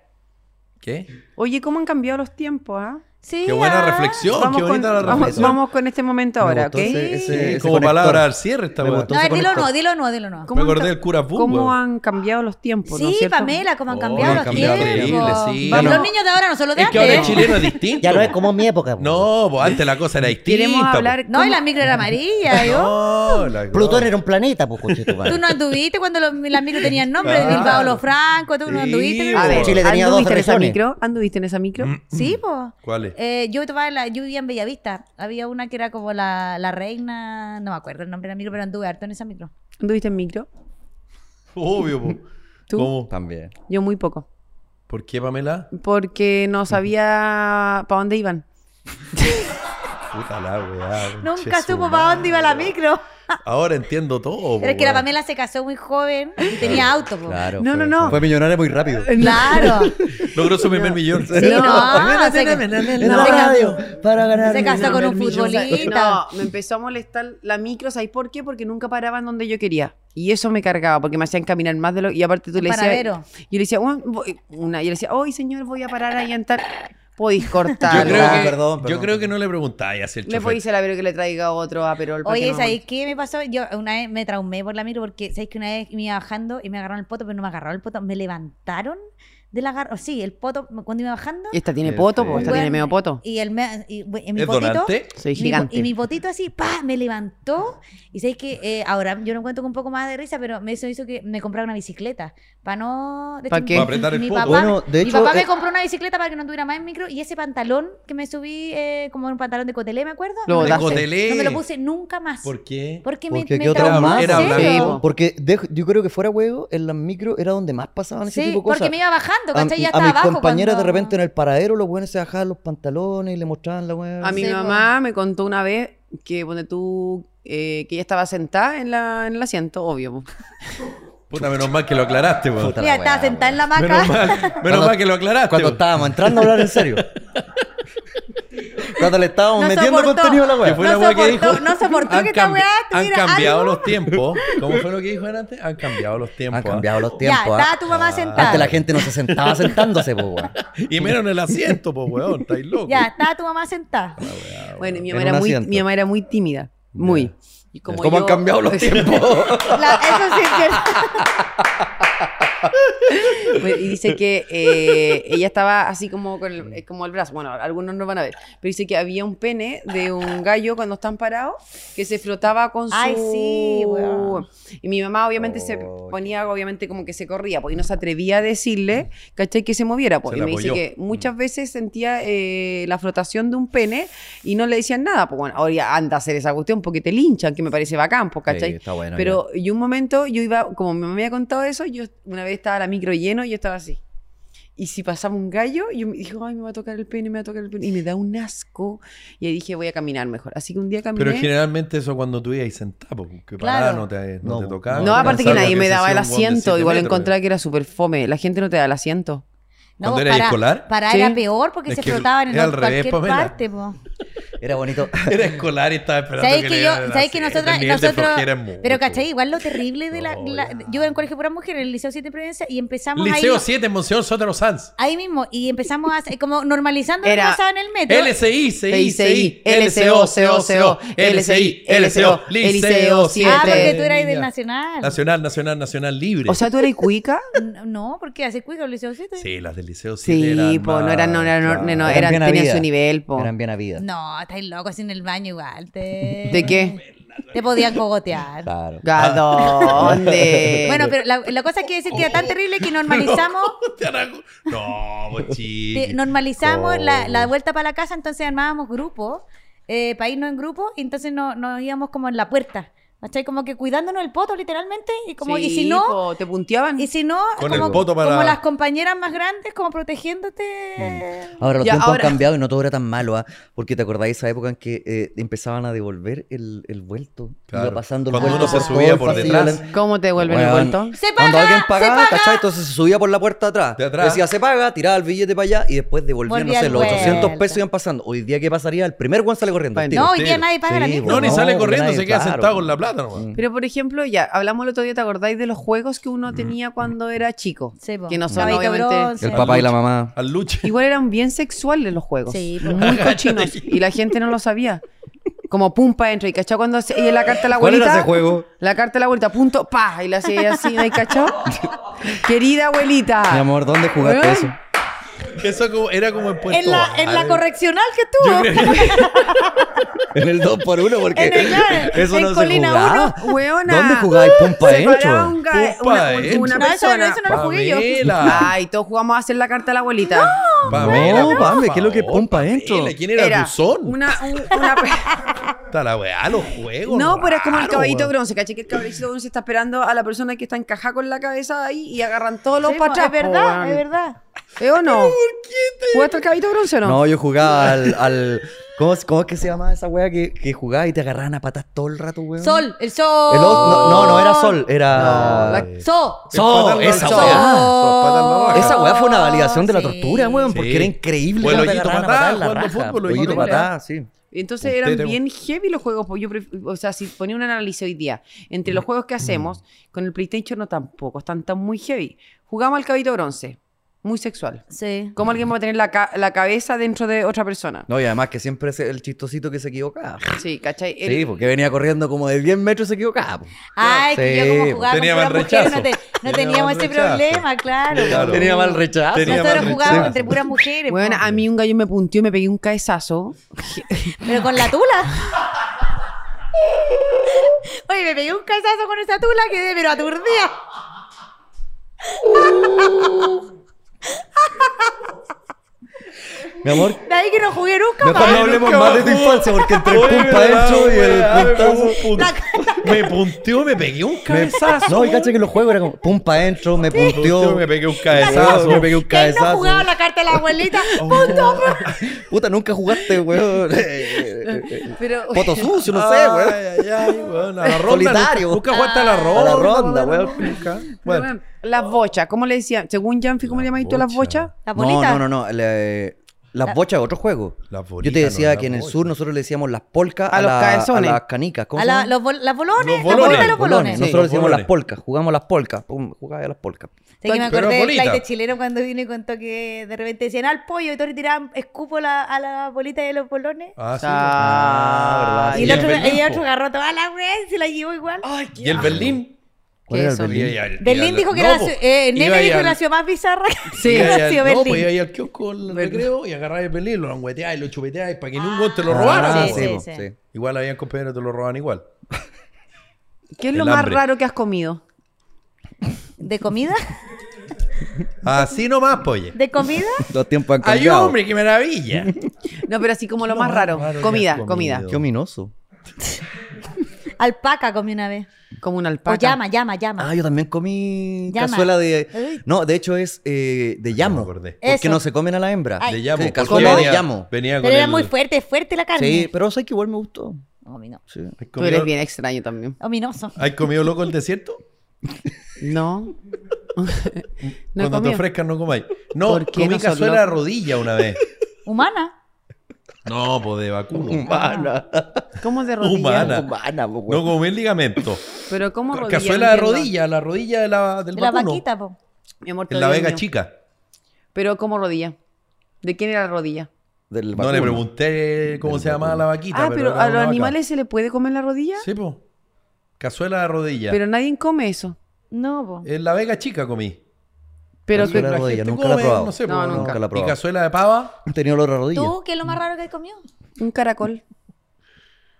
E: ¿Qué?
F: Oye, ¿cómo han cambiado los tiempos, ah?
D: Sí.
E: Qué buena
D: ah.
E: reflexión, qué bonita
F: con,
E: la
F: vamos-
E: reflexión.
F: vamos con este momento ahora, ¿ok?
B: gustó ese-
E: Sí,
B: ese
E: como
B: conector.
E: palabra al cierre esta
B: Me
E: weá.
B: gustó.
D: No, a ver,
B: se
D: dilo
B: conectó.
D: no, dilo no, dilo no.
E: Me acordé
F: han ca-
E: del cura Boom,
F: ¿Cómo
E: weón?
F: han cambiado los tiempos, no es
D: Sí,
F: cierto?
D: Pamela, como han
E: Oh,
D: cambiado
E: han
D: los
E: cambiado
D: tiempos.
E: increíble,
D: Vamos.
E: sí. Vamos.
D: Los niños de ahora no son los de
E: Es que
D: antes.
E: ahora el chileno es
B: (laughs)
E: distinto.
B: Ya no es como mi época. po.
E: No, pues antes la cosa era distinta.
F: Queremos
E: po.
F: hablar...
D: No, y la micro era amarilla. yo.
E: (laughs) No, la-
B: Plutón era un planeta, pues, coche tu
D: ¿eh? Tú
B: madre.
D: no anduviste cuando los- las micro tenían
E: (laughs)
D: nombre,
E: Claro.
D: Bilbao, los francos, tú no
E: Ah. Sí,
D: anduviste.
E: A ver.
B: Chile tenía
F: ¿anduviste
B: dos
F: en esa
B: regiones.
F: micro? ¿Anduviste en esa micro?
E: Mm.
D: Sí, pues.
E: ¿Cuál es?
D: Eh, yo, estaba en la, yo vivía en Bellavista. Había una que era como la, la reina, no me acuerdo el nombre de la micro, pero anduve harto en esa micro.
F: ¿Anduviste en micro?
E: Obvio, po.
F: ¿Tú?
E: ¿Cómo?
B: También.
F: Yo muy poco.
E: ¿Por qué, Pamela?
F: Porque no sabía para dónde iban.
E: Puta la weá.
F: Ah,
D: Nunca
E: conche su
D: supo para dónde iba la
E: madre.
D: micro.
F: oh,
E: Ahora entiendo todo. pues,
D: Pero es que la
E: weón.
D: Pamela se casó muy joven y tenía auto. po.
B: Claro.
F: No,
B: fue-
F: no, no.
B: Fue millonaria muy
F: (laughs)
B: rápido.
D: Claro.
E: Logró su primer millón.
D: Sí, no. se,
B: En la radio. Para ganar.
D: se casó con un
F: No,
D: futbolista.
F: me empezó a molestar la micro, ¿sabes por qué? Porque nunca paraban donde yo quería. Y eso me cargaba, porque me hacían caminar más de lo... Y aparte tú
D: El
F: le
D: paradero.
F: decías... Yo le decía, "Bueno, voy- una, y le decía, hoy señor, voy a parar ahí en tal... Podéis
E: Yo
F: cortar.
E: creo, que,
B: Ah, perdón,
E: yo
B: perdón.
E: creo que no le preguntáis hacia el
F: Le
E: chofer.
F: podéis a la que le traiga otro ah, aperol. para que
D: Oye,
F: no me
D: ¿sabéis qué me pasó? Yo una vez me traumé por la micro porque, ¿sabéis que una vez me iba bajando y me agarraron el poto, pero no me agarraron el poto? Me levantaron de la garra. Sí, el poto, cuando iba bajando.
F: Y Esta tiene poto, po, esta
D: Bueno,
F: tiene medio poto.
D: Y, el me- y, bu- y mi
E: ¿Es
D: potito.
E: donante?
F: Soy
D: mi po-
F: gigante.
D: y mi potito así, pa, me levantó. Y sabéis que eh, ahora yo lo encuentro con un poco más de risa, pero me- eso hizo que me comprara una bicicleta. Para no. de
F: ¿Pa
D: hecho,
F: qué?
D: mi-
F: Pa
E: apretar el
D: mi
E: poto.
D: papá,
B: Bueno, de
D: mi
B: hecho,
D: papá me
B: eh,
D: compró una bicicleta para que no tuviera más en micro. Y ese pantalón que me subí, eh, como un pantalón de cotelé, me acuerdo.
F: Lo
D: no, me lo
F: botaste.
D: puse-
E: Cotelé.
D: no me lo puse nunca más.
E: ¿Por qué?
D: Porque me,
B: Porque
D: me
B: quedó
D: traumó,
B: traumado.
D: ¿en
E: Era
D: serio?
E: blanco.
B: Porque dejo- yo creo que fuera huevo, en las micro era donde más pasaban ese
D: Sí,
B: tipo de cosas.
D: porque me iba bajando,
B: A,
D: ¿cachai?
B: a
D: Ya estaba
B: mis
D: abajo.
B: compañeras
D: cuando-
B: de repente en el paradero los buenos se bajaban los pantalones y le mostraban la hueá.
F: A mi
D: Sí, po.
F: mamá me contó una vez que pone tú eh, que ella estaba sentada en, la, en el asiento, obvio. pues. po.
E: Puta, menos mal que lo aclaraste, weón.
B: Puta
D: Mira,
B: la
D: estaba
B: weá,
D: sentada en la
E: (laughs) Menos
D: hamaca.
E: mal, menos
B: Cuando-
E: mal que lo aclaraste.
B: Cuando
E: weón.
B: estábamos entrando a hablar en serio. Tata, le estábamos
D: No
B: metiendo
D: soportó.
B: contenido a la
E: Que
B: weá.
E: fue
D: No
E: la weá que
D: soportó-
E: dijo.
D: (laughs) no soportó
E: "Han
D: que esta
E: cambi-
D: weá tuviera
E: Han cambiado
D: algo".
E: los tiempos. ¿Cómo fue lo que dijo él antes? Han cambiado los tiempos.
B: Han
E: ah.
B: cambiado los
D: Ya,
B: tiempos. ¿ah?
D: estaba tu mamá sentada.
B: Antes la gente no se sentaba sentándose, po, weá.
E: Y menos en el asiento, pues, weón. Estáis locos.
D: Ya, estaba tu mamá sentada.
C: Bueno, y mi
B: En
C: mamá, era
B: un
C: muy,
B: asiento.
C: mi mamá era muy tímida. Muy. Y como
B: ¿Cómo
C: yo- Pues,
B: han cambiado
D: (laughs)
C: (laughs)
B: los tiempos?
D: La- eso sí es
E: (laughs)
D: cierto.
C: Bueno, Pues, Y dice que eh, ella estaba así como con el, eh, como el brazo. Bueno, algunos no van a ver. Pero dice que había un pene de un gallo cuando están parados que se frotaba con su.
D: Ay, sí, weón.
C: Y mi mamá obviamente se
B: Oh.
C: ponía, obviamente como que se corría, porque no se atrevía a decirle, ¿cachai? Que se moviera. Pues.
E: Se
C: Y
E: la
C: me dice
E: apoyó. Mm.
C: que muchas veces sentía eh, la frotación de un pene y no le decían nada. Pues bueno, ahora ya anda a hacer esa cuestión porque te linchan, que me parece bacán, pues, (laughs) ¿cachai?
B: Sí, está bueno,
C: Pero y un momento yo iba, como mi mamá me había contado eso, yo una vez estaba la micro lleno y yo estaba así. Y si pasaba un gallo, yo me dijo, ay, me va a tocar el pene, me va a tocar el pene. Y me da un asco. Y ahí dije, voy a caminar mejor. Así que un día caminé.
E: Pero generalmente eso cuando tú ibas ahí sentado, porque parada
D: Claro.
E: no te, no
B: No,
E: te tocaba.
C: no, aparte que
E: salvo
C: nadie me
E: se
C: daba
E: sea
C: el
E: un weón de
C: asiento.
E: siete
C: Igual
E: metros,
C: encontraba que era súper fome. La gente no te da el asiento.
E: ¿Cuando era
D: para,
E: escolar?
D: Para
C: Sí.
D: era peor porque
E: Es
D: se
E: que
D: frotaban en
E: era al
D: cualquier
E: revés, pues, Pamela.
D: parte, po.
B: Era bonito.
E: Era escolar y estaba esperando
D: ¿Sabes
E: que,
D: que,
E: le
D: yo,
E: dieran el
D: sabes que
E: asiento.
D: nosotras,
E: El nivel de
D: nosotros,
E: flojera es mucho.
D: pero cachai, igual lo terrible de la,
E: No,
D: la-
E: ya.
D: yo en el colegio pura mujer, en el liceo 7 de Providencia y empezamos
E: Liceo
D: ahí,
E: 7 en Monseñor Sotero Sanz.
D: ahí mismo y empezamos a hacer- como normalizando lo que
C: Era
D: pasaba en el metro.
E: LCI, CI,
C: CICI,
E: CI, LCO, CO, CO, LCI, LCO, Liceo
D: ah,
E: 7.
D: porque tú eras del Nacional.
E: Nacional, nacional, nacional libre.
C: O sea, ¿tú eres cuica?
D: N- No, porque hace cuico el liceo 7.
E: sí, las del Liceo 7
C: sí,
E: eran
C: po, no
E: más-
C: eran, no eran, no, no,
E: claro.
B: bien
C: eran, tenían
B: habidas.
C: su nivel, po.
B: Eran bien habidas.
D: No, estáis loco así en el baño igual. Te,
C: ¿De qué?
D: Te podían cogotear.
B: Claro.
C: ¿A
D: (laughs)
C: dónde?
D: Bueno, pero la, la cosa que decir que
E: Oh.
D: era tan terrible
E: (laughs)
D: que normalizamos
E: Te harán- No, pues chiqui.
D: Te- normalizamos la, la vuelta para la casa, entonces armábamos grupos, eh, para irnos en grupo, y entonces no- nos íbamos como en la puerta. ¿Cachai? Como que cuidándonos el poto, literalmente. Y como, y si
C: Sí,
D: no,
C: po, te punteaban.
D: y si no,
E: Con
D: como,
E: el poto para-
D: como las compañeras más grandes, como protegiéndote.
B: Ahora los
C: Ya,
B: tiempos
C: ahora-
B: han cambiado y no todo era tan malo, ¿ah? Porque te acordáis esa época en que eh, empezaban a devolver el, el vuelto.
E: Claro.
B: Iba pasando el
E: Cuando
B: vuelto
D: uno se
B: todo
E: subía
B: el
E: por
B: pasillo,
E: detrás.
B: la-
C: ¿Cómo te devuelven el
B: Weón,
C: vuelto?
D: ¡Se
B: Cuando
D: paga!
B: alguien
D: ¡Se
B: pagaba,
D: paga!
B: ¿cachai? Entonces se subía por la puerta de atrás.
E: De atrás.
B: Decía, se paga, tiraba el billete para allá y después devolvía, no
D: Volvía
B: sé,
D: al
B: los 800
D: vuelto.
B: pesos iban pasando. Hoy día, ¿qué pasaría? El primer one sale corriendo. al
C: Bueno.
B: tiro.
D: No, hoy día
E: tiro.
D: nadie paga la
B: Sí,
D: mierda.
E: No, ni
B: No,
E: sale corriendo,
B: nadie,
E: se queda
B: claro.
E: sentado con la plata nomás.
C: Pero por ejemplo, ya hablamos el otro día, ¿te acordáis de los juegos que uno tenía cuando era chico?
D: Sí, po.
C: que no son
D: Caballito
C: obviamente.
D: bronce.
B: El papá y la mamá.
E: Al luche.
C: (laughs)
E: (laughs)
C: Igual eran bien sexuales los juegos.
D: Sí, pues. po.
C: muy (laughs) cochinos. y la gente no lo sabía. Como pumpa entra y cachá cuando hace y la carta a la
B: ¿Cuál
C: abuelita.
B: era ese juego?
C: La carta a la abuelita, punto, pa, y la hacía así, ¿no?
B: (laughs)
C: ¿Y cachó? Querida abuelita.
B: Ah. Mi amor, ¿dónde jugaste
C: Weón.
B: eso?
E: Eso como- era como en Puerto
D: En la, en la
E: Varas.
D: correccional que eh. tuvo.
E: Yo creo que-
B: En el 2 por 1 porque
D: En el- claro,
B: (laughs) eso
D: en
B: no se
D: Colina
B: jugaba.
C: uno, weona.
B: ¿Dónde jugáis pumpa
C: Se paraba
B: dentro?
C: un ga-
E: Pumpa
C: una, un-
E: adentro.
C: una
D: No, eso,
C: persona.
D: eso no lo jugué yo.
E: Pamela.
C: Ay, todos jugamos a hacer la carta a la abuelita.
E: Pamela, por
B: Pame, ¿qué es lo que
E: favor,
B: pompa adentro?
E: Pamela, ¿Quién era, Duzón?
C: Una, un-
D: (laughs)
C: una pe-
E: Está la weá, los juegos.
C: No, pero es como el
E: raros,
C: caballito
E: weón.
C: bronce, ¿cachai? Que el caballito bronce está esperando a la persona que está encajada con la cabeza ahí y agarran todos los
D: Sí, po,
C: pachas.
D: es verdad, es verdad.
C: ¿Eh o no? ¿Jugaste el caballito bronce o no?
B: No, yo jugaba al. al ¿cómo, es- cómo es que se llamaba esa wea que, que jugaba y te agarraban a patas todo el rato, weón?
D: Sol, el sol.
B: El os- no, no, no era sol,
C: No,
B: era.
C: la-
D: Sol.
B: Sol,
E: Patas
B: esa
E: Sol.
C: Ah,
B: weá.
E: Sol, patas bajas.
B: Esa weá fue una validación de la
D: Sí.
B: tortura, weón, porque
E: Sí.
B: era increíble.
E: Fue el
B: Te
E: hoyito
B: agarraban a
E: patá,
B: patar la
E: jugando
B: raja,
E: fútbol, hoyito
B: Hoyito
E: patá.
B: patá, sí.
C: Entonces
E: Usted
C: eran
E: te-
C: bien heavy los juegos. Pues yo pref- o sea, si ponía un análisis hoy día, entre los juegos que hacemos, con el PlayStation no tampoco, están tan muy heavy. Jugamos al caballito bronce, muy sexual.
D: Sí.
C: ¿Cómo alguien va a tener la, ca- la cabeza dentro de otra persona?
B: No, y además que siempre es el chistosito que se equivocaba.
C: Sí, ¿cachai? El-
B: Sí, porque venía corriendo como de 10 metros y se equivocaba. po.
D: Ay, que yo
B: Sí,
D: como jugaba con
E: teníamos
D: pura mujer,
E: rechazo.
D: no, te- no
E: Teníamos
D: teníamos ese
E: rechazo.
D: problema, claro.
E: Claro.
B: Tenía mal rechazo.
E: Tenía
D: Nosotros
E: mal
D: jugábamos
E: rechazo.
D: entre puras mujeres.
C: Bueno,
D: po.
C: a mí un gallo me puntió y me pegué un caezazo.
D: Pero con la tula. (laughs) Oye, me pegué un calzazo con esa tula, quedé pero aturdida.
B: Mi amor,
D: De ahí que no jugué nunca
B: Mejor no
D: más.
B: hablemos
E: nunca
B: más de
E: más
B: tu
E: jugué.
B: infancia, porque entre el
E: Oye,
B: pumpa
E: verdad,
B: dentro y el
E: weá, me
B: puntazo.
E: puso un punt- Me punteó, me pegué un cabezazo.
B: No, y cacha que los juegos eran como pumpa adentro, me
E: Punteó,
B: punteó.
E: me pegué un
B: cabezazo,
E: cabezazo.
B: me pegué un
D: Que ahí no
B: cabezazo. Oh.
D: jugaba la carta de la abuelita. Punto.
B: Puta, nunca jugaste, weón.
C: (laughs) Pero,
B: Poto sucio, no sé, weón.
E: Ay, ay, ay, weón. A la ronda.
B: Solitario.
E: Nunca nunca jugaste a la ronda.
B: A la ronda, weón.
E: Nunca.
C: Pero
E: Bueno.
C: bueno, las bochas, ¿cómo le decían? Según Janfi, ¿cómo le llamáis tú a las
E: bocha.
C: bochas?
D: La
B: No,
D: bolita.
B: no, no, no. le- Las bochas es otro juego.
E: Las
B: Yo
E: bolitas,
B: te
E: no,
B: decía
E: las
B: que en el
E: bochas.
B: sur nosotros le decíamos las polcas
A: A
B: a,
A: los
B: la-
A: cabezones.
B: a las canicas. ¿Cómo
D: A
B: se
D: la-
B: llama?
D: los, bol- las bolones,
E: Los
D: las
E: bolones,
D: bolas de los bolones.
E: Sí.
B: Nosotros le decíamos las
E: Bolones.
B: polcas. Jugamos las polcas. Pum, jugaba a las polcas.
D: O sea, que me
E: Pero
D: acordé del
E: bolita.
D: flight de chileno cuando vino y contó que de repente decían al pollo y todos le tiraban escupo la- a la bolita de los bolones.
E: Ah, sí.
A: Ah,
D: y
E: y
D: el
E: el
D: otro,
E: Berlín,
D: y el
E: po.
D: otro Ah. agarró toda la wea y se la llevó igual.
E: ¿Y el Berlín?
B: ¿Cuál era el
C: eso?
B: Berlín?
E: Iba y-
D: Berlín
E: iba-
D: dijo que
E: no,
D: era la,
E: po.
D: ciu- eh, Neme
E: Iba y
D: dijo que
E: al-
D: la ciudad más bizarra
E: iba
D: sí,
E: y
D: ha
E: al-
D: sido
E: No,
D: Berlín.
E: pues iba y al kiosco al recreo y agarrabas el Berlín, lo langueteabas y lo chupeteabas para que ningún te lo robara.
B: Ah,
D: sí,
E: po.
D: sí,
B: po,
D: sí.
E: Igual habían compañeros que te lo roban igual.
C: ¿Qué es
E: El
C: lo más
E: hambre.
C: raro que has comido?
D: ¿De comida?
E: Así nomás, polle.
D: ¿De comida?
B: Los tiempos han
E: Ay,
B: cambiado.
E: hombre, qué (laughs) maravilla.
C: No, pero así como lo más raro.
E: que has
C: Comida,
E: comido.
C: comida.
B: Qué ominoso.
D: Alpaca comí una vez.
C: Como una
D: O
C: alpaca.
D: llama, llama, llama.
B: Ah, yo también comí
D: Llama.
B: cazuela de...
D: Uy.
B: No, de hecho es eh, de
E: me
B: llamo.
E: acordé.
B: Porque
D: Eso.
B: no se comen a la hembra.
D: Ay.
E: De llamo.
B: Sí,
E: porque
B: cazuela de
E: venía-
B: llamo.
E: Venía con
D: Pero era
E: el-
D: muy fuerte, es fuerte la carne.
B: Sí, pero sé que igual me gustó.
D: Omino-
B: Sí.
E: ¿Has
C: Tú eres
E: comido-
C: bien extraño también.
D: Ominoso.
E: ¿Has comido loco el desierto?
C: No. no he
E: Cuando te
C: comido.
E: ofrezcan no comáis. No,
C: ¿Por qué
E: comí
C: no son
E: cazuela de rodilla
C: (laughs)
E: una vez.
D: Humana.
E: No, pues de vacuno.
B: Humana.
C: ¿Cómo de Ah, rodilla?
E: Humana.
B: Humana, po,
E: No
B: güey.
E: comí el ligamento.
C: Pero ¿cómo rodilla?
E: Cazuela
C: No
E: de
C: entiendo.
E: rodilla, la rodilla de la, del
D: De la
E: vacuno.
D: vaquita, po.
C: Mi amor, te
E: En la
C: odio,
E: Vega
C: mío.
E: Chica.
C: Pero ¿cómo rodilla? ¿De quién era la rodilla?
B: Del
E: No le
B: vacuno.
E: pregunté cómo
B: Del
E: se llamaba
B: vacuno.
E: la vaquita.
C: ah, pero,
E: era
C: ¿a
E: una
C: los
E: vaca.
C: animales se le puede comer la rodilla?
E: Sí, po. Cazuela de rodilla.
C: Pero nadie come eso.
D: No, po.
E: En la Vega Chica comí.
C: Pero
B: Cazuela
C: que...
B: de rodilla,
E: gente
B: nunca la he
E: come,
B: probado.
E: No sé,
C: No,
E: po,
C: nunca.
B: Nunca la he
E: ¿Y
B: probado.
E: cazuela de pava?
B: He tenido olor a rodilla.
D: ¿Tú qué es lo más raro que has comido?
C: Un caracol.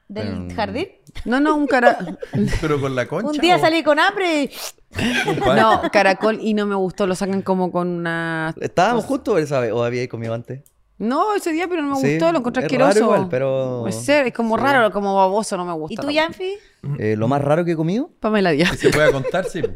D: ¿Del
B: Pero-
D: jardín?
C: No, no, un
E: (laughs)
C: caracol.
E: Pero con la Mm, concha.
D: Un día
E: po.
D: salí con hambre y
E: Compadre.
C: No, caracol y no me gustó. Lo sacan como con una...
D: Pues
B: ¿Estábamos juntos esa vez? ¿O había comido antes?
C: No, ese día, pero no me
B: Sí,
C: gustó. Lo encontré
B: es
C: asqueroso.
B: raro igual, pero-
C: Es, ser- es como raro, como baboso. No me gusta.
D: ¿Y tú,
C: tampoco.
D: Yanfi?
B: Eh, ¿Lo más raro que he comido?
C: Pamela Díaz.
E: Si se puede contar,
D: (laughs)
E: sí. po.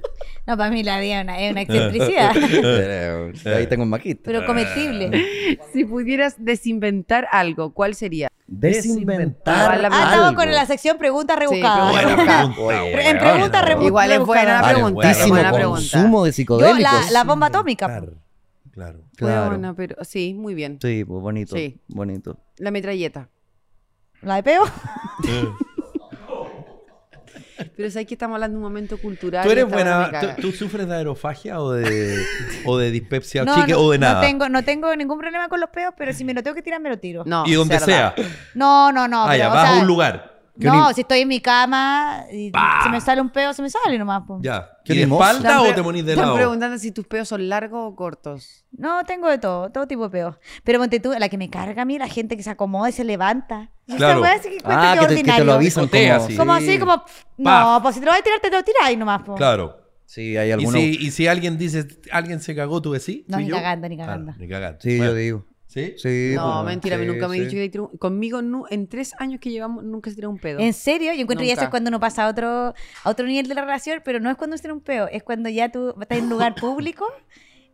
D: No, para mí la vida es una, es una
E: (laughs)
D: excentricidad,
B: (laughs) Eh, Ahí tengo un maquito.
D: pero
E: Ah,
D: comestible.
C: (laughs) Si pudieras desinventar algo, ¿cuál sería?
B: Desinventar
C: Ah,
D: Ah, estamos
B: algo.
D: con la sección preguntas
C: preguntas
D: rebuscadas.
E: rebuscadas.
D: Pre- en preguntas
E: Bueno.
D: rebuscadas.
C: Igual es Ah, buena la
E: Vale,
C: pregunta. es
E: buenísimo
C: buena
B: Altísimo
C: pregunta.
B: consumo de
D: Yo,
B: psicodélicos.
D: la, la bomba atómica. po.
E: Claro, Claro.
B: Claro.
C: Huevona, pero sí, muy bien.
B: Sí, pues bonito.
C: Sí.
B: Bonito.
C: La metralleta.
D: La de peo.
C: Pero sabes que estamos hablando de un momento cultural.
E: ¿Tú
C: y
E: eres
C: esta weá me
E: buena?
C: caga.
E: ¿tú, tú sufres de aerofagia o de, o de dispepsia
D: No,
E: chique
D: no,
E: o de
D: no
E: nada?
D: tengo, no tengo ningún problema con los peos, pero si me lo tengo que tirar, me lo tiro.
C: No,
E: y donde
C: cerda.
E: sea.
D: No, no, no.
E: ah,
D: pero,
E: ya,
D: o
E: vas
D: sea,
E: a un lugar.
B: Que un
D: No,
B: im-
D: si estoy en mi cama y se me sale un peo, se me sale nomás. po.
E: Ya.
B: Qué
E: ¿Y de
B: mimoso.
E: espalda
C: Están
E: o
C: pre-
E: te ponís de
C: Están
E: lado?
C: preguntando si tus peos son largos o cortos.
D: No, tengo de todo, todo tipo de peos. Pero ponte tú, la que me carga a mí, la gente que se acomoda y se levanta. Esa
E: Claro.
D: weá sí que encuentro
B: Ah,
D: que
B: que
D: es
B: te, que te lo
D: ordinario.
B: avisan como...
E: Picotea, sí.
D: Como así, como. pff, No,
E: Paf.
D: pues si te lo vas a tirar, te lo tiráis nomás. Po.
E: Claro.
B: Sí, hay
E: ¿Y
B: algunos...
E: si, y si alguien dice, alguien se cagó, tú decís.
D: No,
E: ¿Fui
D: ni
E: yo?
D: cagando, ni
E: Ah,
D: cagando.
E: ni cagando.
B: Sí,
E: Bueno,
B: yo digo.
E: ¿Sí?
B: Sí,
C: no,
B: pues,
C: mentira, a mí
B: sí,
C: nunca me he
B: sí.
C: dicho que le tiré un- Conmigo nu- en tres años que llevamos nunca se tiró un pedo.
D: En serio, yo encuentro que eso
C: Nunca.
D: es cuando uno pasa a otro, a otro nivel de la relación, pero no es cuando se tiene un peo, es cuando ya tú estás en un lugar público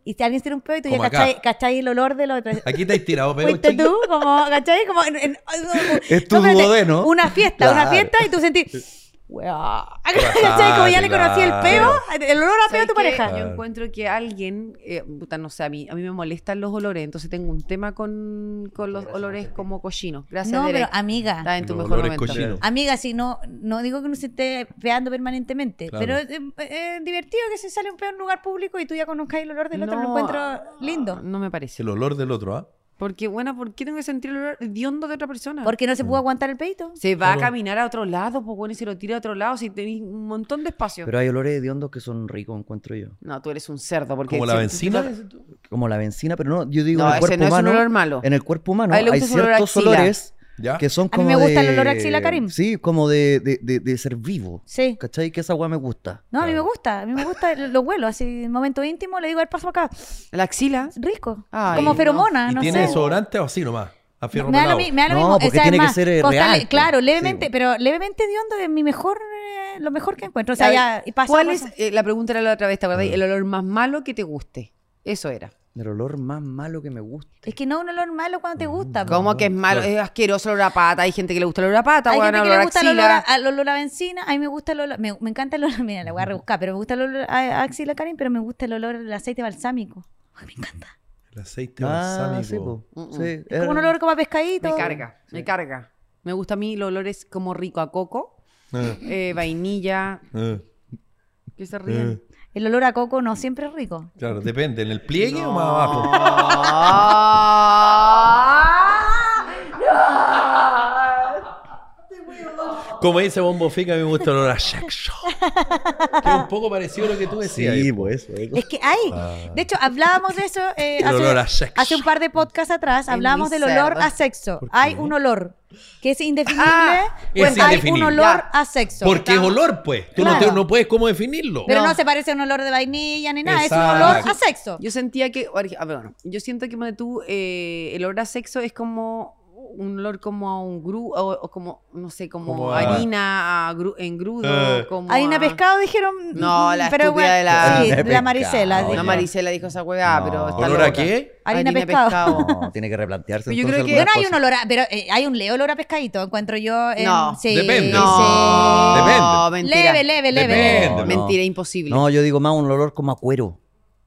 D: y si alguien se tiene un peo y tú ya
E: Como acá.
D: cachai, cachai el olor del otro.
E: Aquí te
D: (laughs)
E: has tirado, pero.
D: Fuiste tú, como, ¿cachai? Como en, en-
B: Es tu
D: espérate,
B: bodé, ¿no?
D: Una fiesta, una
B: Claro.
D: fiesta y tú sentís, "Weá". (laughs) ¿cachai? Como ya le conocí el peo, el olor a peo a
C: ¿Sabes
D: tu
C: qué?
D: pareja.
E: Claro.
C: Yo encuentro que alguien, eh, puta, no sé, a mí, a mí me molestan los olores, entonces tengo un tema con, con los olores como cochinos. Gracias,
D: No, pero ah.
C: Derek.
D: amiga.
C: Estás en tu
E: Los
C: mejor
E: olores
C: momento.
E: cochinos.
D: Amiga, si no, no digo que uno se esté peando permanentemente,
E: Claro.
D: pero es divertido que se sale un peo en un lugar público y tú ya conozcáis el olor del otro, lo
C: No,
D: encuentro lindo.
C: No me parece.
E: El olor del otro, ¿ah?
C: Porque, bueno, ¿por qué tengo que sentir el olor hediondo de otra persona?
D: Porque no se
B: Mm.
D: pudo aguantar el peito.
C: se va a caminar a otro lado, pues bueno, y se lo tira a otro lado, si tenéis un montón de espacio.
B: Pero hay olores hediondos que son ricos, encuentro yo.
C: no, tú eres un cerdo. Porque
E: Como la
C: si-
E: benzina.
B: Como la benzina, pero no, yo digo
C: No,
B: en el
C: ese
B: cuerpo
C: no es un
B: humano.
C: olor malo.
B: En el cuerpo humano
C: A él le
B: hay
C: gusta ese olor a
B: ciertos
C: axila.
B: olores
E: ¿Ya?
B: que son
D: A mí
B: como
D: me gusta el
B: de-
D: olor a axila, Karim.
B: Sí, como de, de, de, de ser vivo.
D: Sí.
B: ¿Cachai? Que esa weá me gusta.
D: No, a mí me gusta, a mí me gusta, lo huelo, así en momento íntimo le digo, al paso acá,
C: La axila.
D: rico,
C: Ay,
D: como
C: no.
D: feromona,
E: ¿Y
D: Ah, no
E: tiene
D: sé.
E: desodorante o así nomás? A fierro
D: Me da lo,
E: pelado.
D: mi- me da lo
B: No,
D: mismo,
B: porque
D: o sea,
B: tiene
D: es
B: que
D: más,
B: ser, eh,
D: costarle-
B: real, pues.
D: Claro,
B: Sí,
D: levemente,
B: pues.
D: pero levemente de hondo es mi mejor, eh, lo mejor que encuentro, o sea,
C: Ya,
D: ya, y pasa.
C: ¿Cuál es?
D: pasa.
C: eh, la pregunta era la otra vez, ¿te acordás? El olor más malo que te guste. Eso era.
B: El olor más malo que me gusta.
D: Es que no un olor malo cuando
B: Mm,
D: te gusta. po.
C: Como que es malo, es asqueroso el olor a pata. Hay gente que le gusta el olor a pata,
D: Hay
C: weón,
D: gente que
C: olor
D: le
C: a
D: gusta el olor a,
C: axila.
D: al olor a benzina, a mí me gusta el olor, me, me encanta el olor, (laughs) mira, la voy a rebuscar, pero me gusta el olor a, a axila, Karim, pero me gusta el olor del aceite balsámico. Ay, me encanta.
E: El aceite
B: Ah, sí,
E: balsámico.
B: po.
C: Mm,
B: Sí,
C: mm.
D: Es
B: es-
E: Eh,
D: como un olor como a pescadito.
C: Me carga, me carga. Me gusta a mí los olores como rico a coco,
E: Ah,
C: eh, vainilla,
E: ah,
D: (laughs)
C: que se
E: ah.
C: ríen.
D: El olor a coco no siempre es rico.
E: Claro, depende. ¿En el pliegue o más
B: (laughs)
E: abajo? (laughs) Como dice Bombo Fica, a mí me gusta el olor a Jack Shaw. Que es un poco parecido a lo que tú decías.
B: Sí, po, eso. eh.
D: Es que hay. De hecho, hablábamos de eso eh,
E: Ah. El
D: hace,
E: olor a sexo.
D: hace un par de podcasts atrás.
C: Ay,
D: Hablábamos
C: mi
D: del olor
C: cerda.
D: a sexo. Hay un olor que es indefinible.
C: Ah,
D: pues
E: es
D: hay
E: indefinible.
D: un olor
C: Ya.
D: a sexo.
E: Porque es olor, pues. Tú no, te-
D: Claro.
E: no puedes cómo definirlo.
D: Pero no.
C: No.
D: se parece a un olor de vainilla ni nada. Es un
E: Exacto.
D: olor a sexo.
C: Yo sentía que, ori- ah, bueno, yo siento que ponte tú, eh, el olor a sexo es como un olor como a un gru, o, o como, no sé, como,
E: Como a-
C: harina a gru- en grudo,
E: Eh.
C: como
D: Harina
C: a-
D: pescado dijeron. mm,
C: No, la
D: pero igual-
C: estúpida de la-
D: Sí,
B: Harina
D: de
B: de
D: la Maricela.
B: pescado.
D: sí.
C: No,
B: Ya.
C: Maricela dijo esa hueá,
B: No.
C: pero está
E: ¿Olor a
C: loca.
E: qué?
D: Harina
C: Harina
D: pescado. (laughs)
C: pescado.
B: No, tiene que replantearse.
C: Pero yo
B: entonces
C: creo que-
D: Bueno,
B: algunas
D: hay un
B: cosas.
D: olor a, pero eh, hay un leve olor a pescadito, encuentro yo. en-
C: No.
D: sí,
E: Depende.
D: sí.
E: Depende.
C: No, mentira.
D: Leve, leve, leve.
E: Depende.
B: No, no.
C: Mentira, imposible.
B: No, yo digo más un olor como a cuero.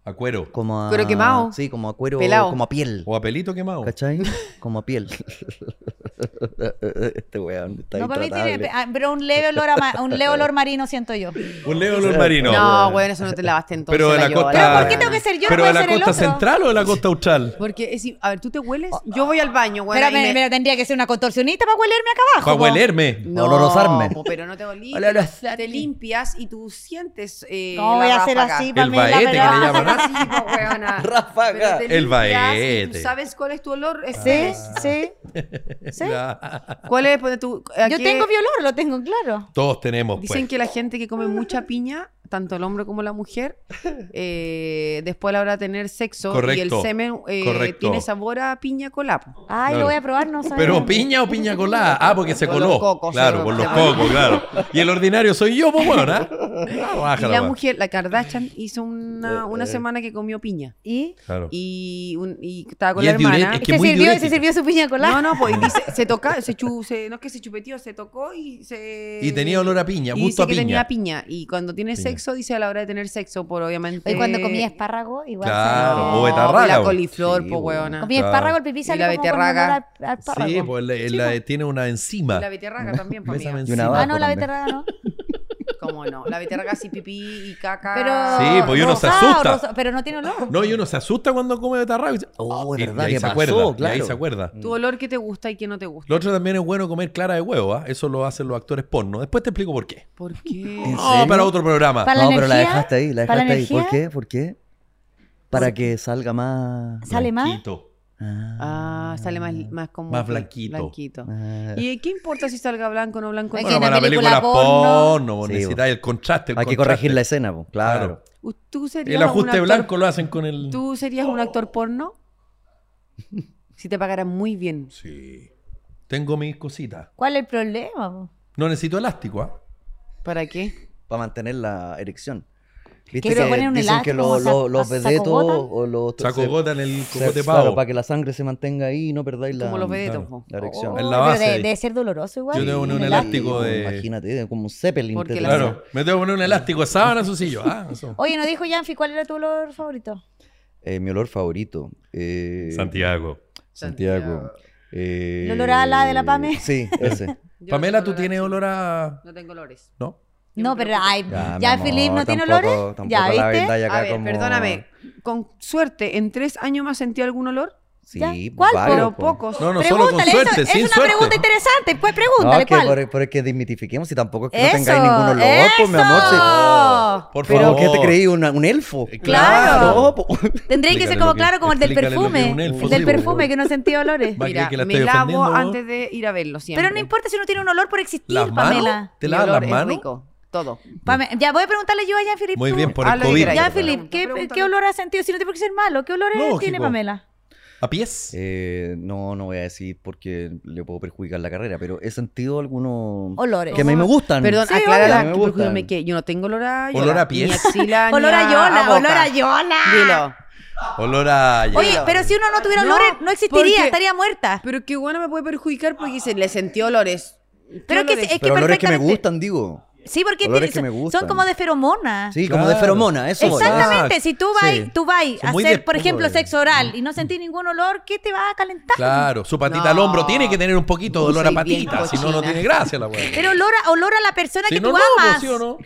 E: A cuero.
B: Como a...
C: ¿Cuero quemado?
B: Sí, como a cuero.
C: Pelao.
B: Como a piel.
E: O a pelito quemado.
D: (laughs)
B: ¿Cachai? Como a piel. (laughs) este weón está
D: No, para mí
B: intratable.
D: tiene, ah, pero un leve olor a ma- un leve olor marino siento yo.
E: Un leo olor marino.
C: No, bueno, eso no te lavaste entonces.
E: pero de la
C: yoda.
E: costa.
D: Pero ¿por qué tengo que ser yo? No
E: ¿Pero
D: puede
E: de la
D: ser el
E: costa
D: otro.
E: central o de la costa austral?
C: Porque, es, a ver, ¿tú te hueles? Oh, Yo voy al baño, güey.
D: pero, me- pero tendría que ser una contorsionista para huelerme acá abajo.
E: Para
D: po.
E: huelerme.
C: No,
B: olorosarme.
C: po, pero
E: (laughs)
C: no te olí.
B: Olorosarme.
C: Te limpias y tú sientes. Eh,
D: ¿Cómo
C: la
D: voy a hacer
C: ráfaga.
D: así para
E: El
D: mí? la
E: baete que le
D: verdad?
E: llaman. ¿ah?
C: Sí,
E: (laughs)
C: po, weona.
B: Ráfaga.
C: Pero te limpias
E: El
C: y
E: baete. Ah.
C: ¿Tú sabes cuál es tu olor? Es-
D: Sí, sí. sí.
E: Ya.
C: ¿Cuál es? Ponte tú, ¿a
D: Yo
C: qué-
D: tengo mi olor, lo tengo claro.
E: Todos tenemos, pues.
C: Dicen que la gente que come mucha piña, tanto el hombre como la mujer, eh, después a la hora de tener sexo y el
E: Correcto.
C: semen eh,
E: Correcto.
C: tiene sabor a piña colapo.
D: Ay,
E: Claro.
D: lo voy a probar, no sabía.
E: Pero piña o piña colada. Ah, porque se
C: Por
E: coló.
C: los cocos,
E: claro,
C: se-
E: por los
C: se-
E: cocos, claro. Y el ordinario soy yo, pues bueno, ¿ah? Ah,
C: Y
E: bájala,
C: la
E: va.
C: mujer, la Kardashian, hizo una, una semana que comió piña.
D: ¿Y?
E: Claro.
C: Y, un- y estaba con
E: Y
C: la
E: es
C: hermana.
E: diurético. Es que
D: se,
E: muy
D: sirvió,
E: diurética.
D: se sirvió su piña colada.
C: No, no, pues y dice, se toca, se, chu, se- no es que se chupeteó, se tocó y se...
E: Y tenía olor a piña,
C: y dice
E: gusto a
C: que tenía
E: piña.
C: piña. Y cuando tiene
E: Piña.
C: sexo, dice a la hora de tener sexo, por obviamente...
D: Hoy cuando comía espárrago, igual.
E: Claro,
D: sabía.
E: o
C: No,
E: betarraga,
C: y La
E: po.
C: coliflor,
B: Sí,
C: pues,
B: bueno.
C: weona.
D: Comía
E: Claro.
D: espárrago, el pipí
C: Y
D: sale
C: la
D: como con
C: beterraga.
D: olor a- a espárrago.
E: Sí, pues la- la- tiene una enzima.
C: Y la
E: (laughs)
C: beterraga también, pues, amiga.
E: Bésame encima.
B: Y una
D: Ah, no,
B: Abajo
D: la
B: también.
D: beterraga no.
C: ¿Cómo no? La beterraga sí pipí y caca.
D: Pero
E: Sí, pues uno se
D: rosado,
E: asusta.
D: rosa- pero no tiene olor.
E: No, y uno se asusta cuando come betarraga. y dice,
B: Oh, es
E: y- y
B: verdad
E: ahí
B: que
E: se
B: pasó,
E: acuerda, y ahí
B: claro.
E: se acuerda.
C: Tu olor que te gusta y que no te gusta.
E: Lo otro también es bueno comer clara de huevo, ¿ah? Eso lo hacen los actores porno. Después te explico por qué.
C: ¿Por qué?
B: ¿En
E: No,
B: serio?
E: para otro programa.
D: Para la
B: no, pero la
D: energía,
B: dejaste ahí, la
D: para la
B: dejaste ahí. ¿Por
D: energía. Pues
B: qué? ¿Por qué? Para que salga más.
D: ¿Sale más?
E: Blanquito.
B: Ah,
C: Ah, sale más, más como...
E: Más blanquito.
C: Blanquito.
B: ah.
C: ¿Y qué importa si salga blanco o no blanco?
D: Es
E: Bueno,
D: que en
E: para
D: la película
E: películas
D: porno-
E: porno, vos
B: Sí,
E: necesitáis el contraste. el
B: Hay que
E: contraste.
B: corregir la escena, po. claro.
C: ¿Tú serías
E: El
C: un
E: ajuste
C: actor-
E: blanco lo hacen con el.
C: ¿Tú serías un actor porno? (laughs) Si te pagaran muy bien.
E: Sí. Tengo mis cositas.
D: ¿Cuál es el problema? po?
E: No necesito elástico, ¿ah?
C: ¿Para qué?
B: Para mantener la erección.
D: Que se ponen un
B: dicen que
D: elástico
B: lo-
D: como
B: lo-
D: sa-
B: los
D: saco
B: vedetos
D: gota?
B: o los.
E: Saco
B: se-
E: gota en el
B: se-
E: cocote
B: Claro,
E: pavo.
B: para que la sangre se mantenga ahí y no perdáis la.
C: Como los vedetos.
E: claro.
C: po.
B: La erección.
E: En
D: Oh,
E: la
D: pero
E: base.
D: debe, debe ser doloroso igual.
E: Yo tengo un- un
D: El
E: elástico
B: Sí,
E: de-
B: Imagínate, como un zeppelin.
C: Porque
B: te-
C: la-
E: Claro, me tengo que poner un elástico de sábana, susillo.
D: (laughs)
E: Ah, eso.
D: Oye, nos dijo Yanfi, ¿cuál era tu olor favorito?
B: Eh, mi olor favorito. eh,
E: Santiago.
B: Santiago. Eh,
D: ¿El olor a ala de la Pame?
B: Sí,
E: (laughs)
B: ese.
C: Yo
E: Pamela,
C: no tengo
E: ¿tú
C: olor a-
E: tienes olor a.?
C: No tengo olores.
E: ¿No?
C: Yo
D: No,
C: me
D: pero
C: preocupo.
D: ay,
B: mi
D: ya
B: amor,
D: Filip no tiene
B: tampoco-
D: olores.
B: tampoco
D: Ya,
B: la
D: ¿viste?
B: vendáis acá
C: A ver,
B: como-
C: perdóname. Con suerte, en tres años más sentí algún olor,
D: Ya,
B: Sí, pues.
D: ¿cuál, po?
B: varios,
C: pero
B: po.
C: pocos.
E: No, no, solo con
D: Pregúntale, eso-
E: suerte,
D: es
E: sin
D: una
E: suerte.
D: pregunta interesante. Pues
B: No,
D: pregúntale,
B: es que,
D: ¿cuál?
B: por, por es que dignifiquemos y tampoco es que no tengáis
D: Eso,
B: ningún olor, pues, mi amor. sí.
D: eso.
E: Por
B: Pero
E: favor.
B: ¿qué te creí? ¿Una- ¿Un elfo?
E: Eh,
D: Claro. (laughs)
B: No, po.
D: Tendría que ser
E: Explícale
D: como
E: lo que-
D: claro, como el del
E: explícale lo que es
D: perfume.
E: un elfo,
D: El del
E: sí,
D: perfume
E: po.
D: que no sentía
C: (laughs)
D: olores.
E: Va a
C: Mira,
E: creer que la
C: me
E: estoy
C: lavo
E: ofendiendo, ¿no?
C: antes de ir a verlo siempre.
D: Pero no importa si no tiene un olor por existir,
E: ¿Las manos?
D: Pamela.
E: ¿Te
C: Mi
E: lavas
C: olor
E: las
C: es
E: manos?
C: rico, todo.
D: Pame- Ya voy a preguntarle yo a Jean-Philippe.
E: Muy
D: tú.
E: bien, por el
C: Haz lo que
E: COVID.
C: queráis.
D: Ah, Ya,
E: ¿verdad?
D: Filip, ¿qué,
C: Pregúntale.
D: ¿qué olor has sentido? Si no tiene por qué ser malo, ¿qué olores
E: Lógico.
D: tiene Pamela?
E: ¿A pies?
B: Eh, no, no voy a decir porque le puedo perjudicar la carrera, pero he sentido algunos
D: Olores.
B: que a mí me gustan.
C: Perdón,
B: Sí,
C: aclara
B: obvio,
C: la
B: me gustan.
C: discúlpame que yo no tengo olor a
E: Olor
C: yola,
E: a pies.
C: Ni axila, ni
D: (laughs) Olor a yola,
C: boca.
D: olor a yola.
C: Dilo.
E: Olor a.
D: Oye, pero si uno no tuviera
C: No,
D: olores, no existiría,
C: porque-
D: estaría muerta.
C: Pero qué bueno me puede perjudicar porque dice, le sentí olores. ¿Qué
D: Pero que
C: olores?
D: es- es-
B: pero olores que me
D: perfectamente-
B: gustan, digo.
D: Sí, porque
A: Olores
D: tiene-
A: que me
D: son-
A: gustan.
D: son como de feromona.
B: Sí, como de
E: Claro.
B: feromona, eso voy.
D: Ah. Exactamente, si tú vas,
B: Sí.
D: tú vas a
E: Son muy
D: hacer,
E: de
D: por ejemplo,
E: pobre.
D: sexo oral y no sentís ningún olor, ¿qué te va a calentar?
E: Claro, su patita al
C: No.
E: hombro tiene que tener un poquito de
C: Yo
E: olor a
C: soy bien
E: patita, si no, no
C: cochina.
E: tiene gracia la weá.
D: Pero olor a, olor a la persona
E: Si
D: que
E: no,
D: tú
E: no, pues,
D: amas.
E: ¿sí o no?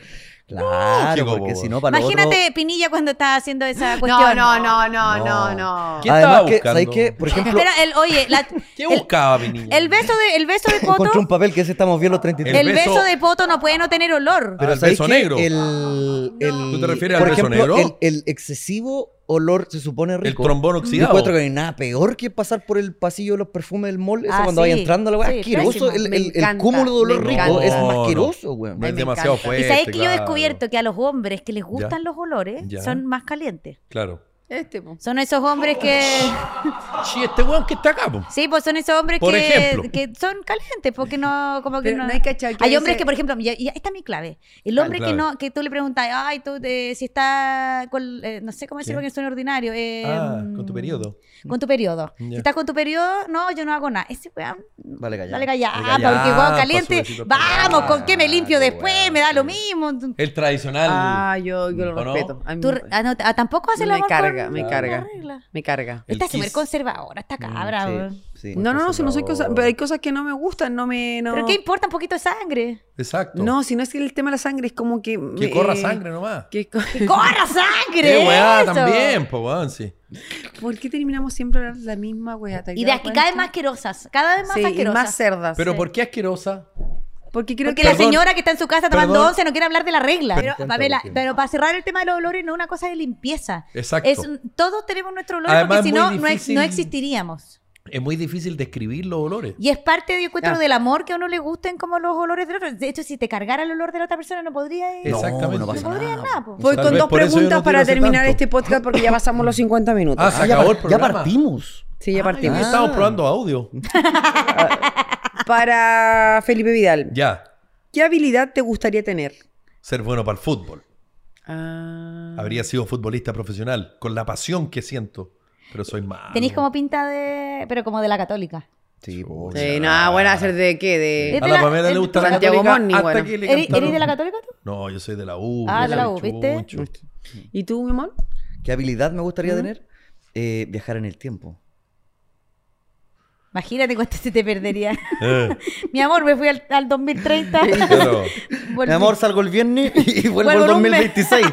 B: Claro,
E: chico,
B: porque
E: bobo.
B: si no, para lo
D: Imagínate
B: otro-
D: Pinilla cuando estaba haciendo esa
C: No,
D: cuestión.
C: no, no, no, no, no.
E: ¿Qué
B: Además
E: estaba
B: que,
E: buscando?
B: ¿sabes qué?
D: (laughs)
B: Por ejemplo,
D: Espera, el, oye, la-
E: ¿Qué
D: el,
E: buscaba mi niña?
D: el beso de, el
E: (laughs)
D: beso de Poto,
B: encontré un papel que ese estamos bien los 33.
E: El
D: el
E: beso-
D: beso de Poto no puede no tener olor.
E: Pero el
B: ¿sabéis
E: beso
B: qué?
E: negro.
B: El, el-
E: ¿Tú te refieres
B: por
E: al beso
B: ejemplo,
E: negro?
B: El, el excesivo olor se supone
E: El
B: rico.
E: trombón
B: Yo
E: oxidado.
B: encuentro que no hay nada peor que pasar por el pasillo de los perfumes del mall, eso
D: Ah,
B: cuando
D: sí.
B: vaya entrando la weá.
D: Sí,
B: asqueroso.
C: pésimo.
B: El,
C: Me
B: el- el
C: encanta,
B: cúmulo de olor
C: me
B: rico
C: encanta.
B: es
E: No, no.
B: asqueroso, weón.
E: No
C: Ay,
E: es
C: me
E: demasiado
C: encanta.
E: fuerte.
D: Y sabéis que yo he
E: claro.
D: descubierto que a los hombres que les gustan los olores
E: Ya.
D: son más calientes.
E: Claro.
C: Este, po.
D: Son esos hombres que.
E: (laughs) Sí, este weón que está acá, po.
D: Sí, pues son esos hombres
E: Por
D: que,
E: ejemplo.
D: que son calientes, porque no, como que
C: Pero
D: no.
C: no hay cachado que
D: Hay hombres
C: ese-
D: que, por ejemplo, y- y esta es mi clave. El hombre
E: Ah, clave.
D: que no, que tú le preguntas, ay, tú eh, si está con, eh, no sé cómo decirlo
E: ¿Qué?
D: que es un ordinario. eh,
E: Ah,
D: mm,
E: con tu periodo.
D: Con tu periodo.
E: Ya.
D: Si estás con tu periodo, no, yo no hago nada. Ese weón,
B: Vale, calla.
D: dale callada,
E: Dale callá,
D: porque
E: pa'
D: weón caliente,
E: subecito al
D: vamos, ¿con qué me limpio
E: Claro,
D: después?
E: weón,
D: me da lo
E: sí.
D: mismo.
E: El tradicional.
C: Ah, yo, yo lo
E: ¿O no?
C: respeto. A mí
D: Tú-
C: me-
D: ah, no, ah, tampoco hace
C: Me
D: el amor
C: carga,
D: con-
C: me
D: con
C: carga.
D: la regla.
C: me carga.
E: El
D: Esta es súper
E: kiss. Mm,
D: conservadora, esta cabra. weón.
B: Sí, sí.
C: No, no, no, si no soy cosa,
E: conservador.
C: pero hay cosas que no me gustan, no me... No,
D: ¿Pero qué importa un poquito de sangre?
E: Exacto.
C: no si no es que el tema de la sangre es como que...
E: que
C: me-
E: corra
C: eh,
E: sangre nomás.
C: que co- (laughs)
D: (laughs) ¡Corra sangre!
E: ¡Qué weá
D: eso!
E: también, po, weón! Sí.
C: ¿Por qué terminamos siempre hablando de la misma wea? ¿Te has
D: Ideas
C: dado
D: que
C: cuenta?
D: cada vez más asquerosas, cada vez más
C: Sí, y
D: asquerosas.
C: más cerdas.
E: Pero
C: Sí.
E: ¿por qué asquerosa?
C: Porque creo
D: Porque
C: que...
D: la
E: Perdón.
D: señora que está en su casa tomando
E: Perdón.
D: once no quiere hablar de la regla. Pero,
B: encanta
D: Pamela,
B: porque-
D: pero para cerrar el tema de los olores no es una cosa de limpieza.
E: Exacto.
D: Es, todos tenemos nuestro olor
E: Además,
D: porque si
E: es muy
D: no, no, ex-
E: difícil-
D: no existiríamos.
E: Es muy difícil describir los olores.
D: Y es parte de encuentro
C: Ah.
D: del amor que a uno le gusten como los olores del otro. De hecho, si te cargara el olor de la otra persona no podría ir.
E: Exacto. Exactamente.
B: No, no pasa
D: No podría
B: nada.
D: nada,
B: po.
D: po.
C: Voy
E: Tal
C: con
E: vez
C: dos
E: por eso yo
C: preguntas
E: no quiero
C: para
E: hacer
C: terminar
E: tanto.
C: este podcast porque ya pasamos los 50 minutos.
E: Ah, se
B: Ah, ya,
E: acabó
B: par-
E: el
B: ya
E: programa.
B: partimos.
C: sí,
D: Ah,
C: ya
E: Y
C: partimos.
E: Estamos probando audio.
C: Para Felipe Vidal,
E: Ya.
C: ¿qué habilidad te gustaría tener?
E: Ser bueno para el fútbol.
C: Ah,
E: Habría sido futbolista profesional con la pasión que siento. Pero soy malo.
D: Tenéis como pinta de... pero como de la católica.
B: Sí, po.
E: Sí.
C: sí, nada, bueno, ¿hacer de qué? De...
E: A la Pamela le gusta la
C: Santiago
E: católica
C: Morning,
E: hasta
C: bueno.
E: que le
D: ¿Eres
E: cantaron-
D: eres de la católica tú?
E: No, yo soy de la U.
D: Ah,
E: yo
D: de la
E: soy
D: U, ¿viste?
E: chucho.
C: ¿Y tú, mi amor?
B: ¿Qué habilidad me gustaría tener? Eh, viajar en el tiempo.
D: Imagínate cuánto se te perdería. (laughs)
E: Eh,
D: Mi amor, me fui al, al 2030. (laughs)
E: claro.
D: Volví.
B: Mi amor, salgo el viernes (laughs) y vuelvo al
D: Vuelvo en un mes.
B: 2026.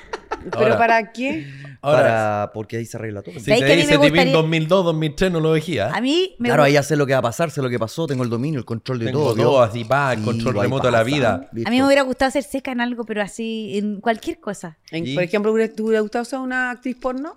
C: (laughs) ¿Pero
E: Ahora.
C: para qué?
E: Ahora,
B: Para, porque ahí se arregla todo.
E: si
D: ¿Sabéis
E: te
D: que a mí
E: dice
D: me
E: Tipín
D: gustaría-
E: 2002, 2003, no lo
D: A
E: veía.
D: mí me
B: Claro,
D: gu-
B: ahí ya sé lo que va a pasar, sé lo que pasó, tengo el dominio, el control de
E: Tengo
B: todo.
E: todo,
B: ¿vio?
E: así, pa,
B: Sí,
E: control
B: ahí
E: remoto de la
B: pasa,
E: vida.
B: ¿viste?
D: a mí me hubiera gustado ser seca en algo, pero así, en cualquier cosa.
C: En-
E: Y-
C: Por ejemplo, ¿hubiera- ¿te hubiera gustado ser una actriz porno?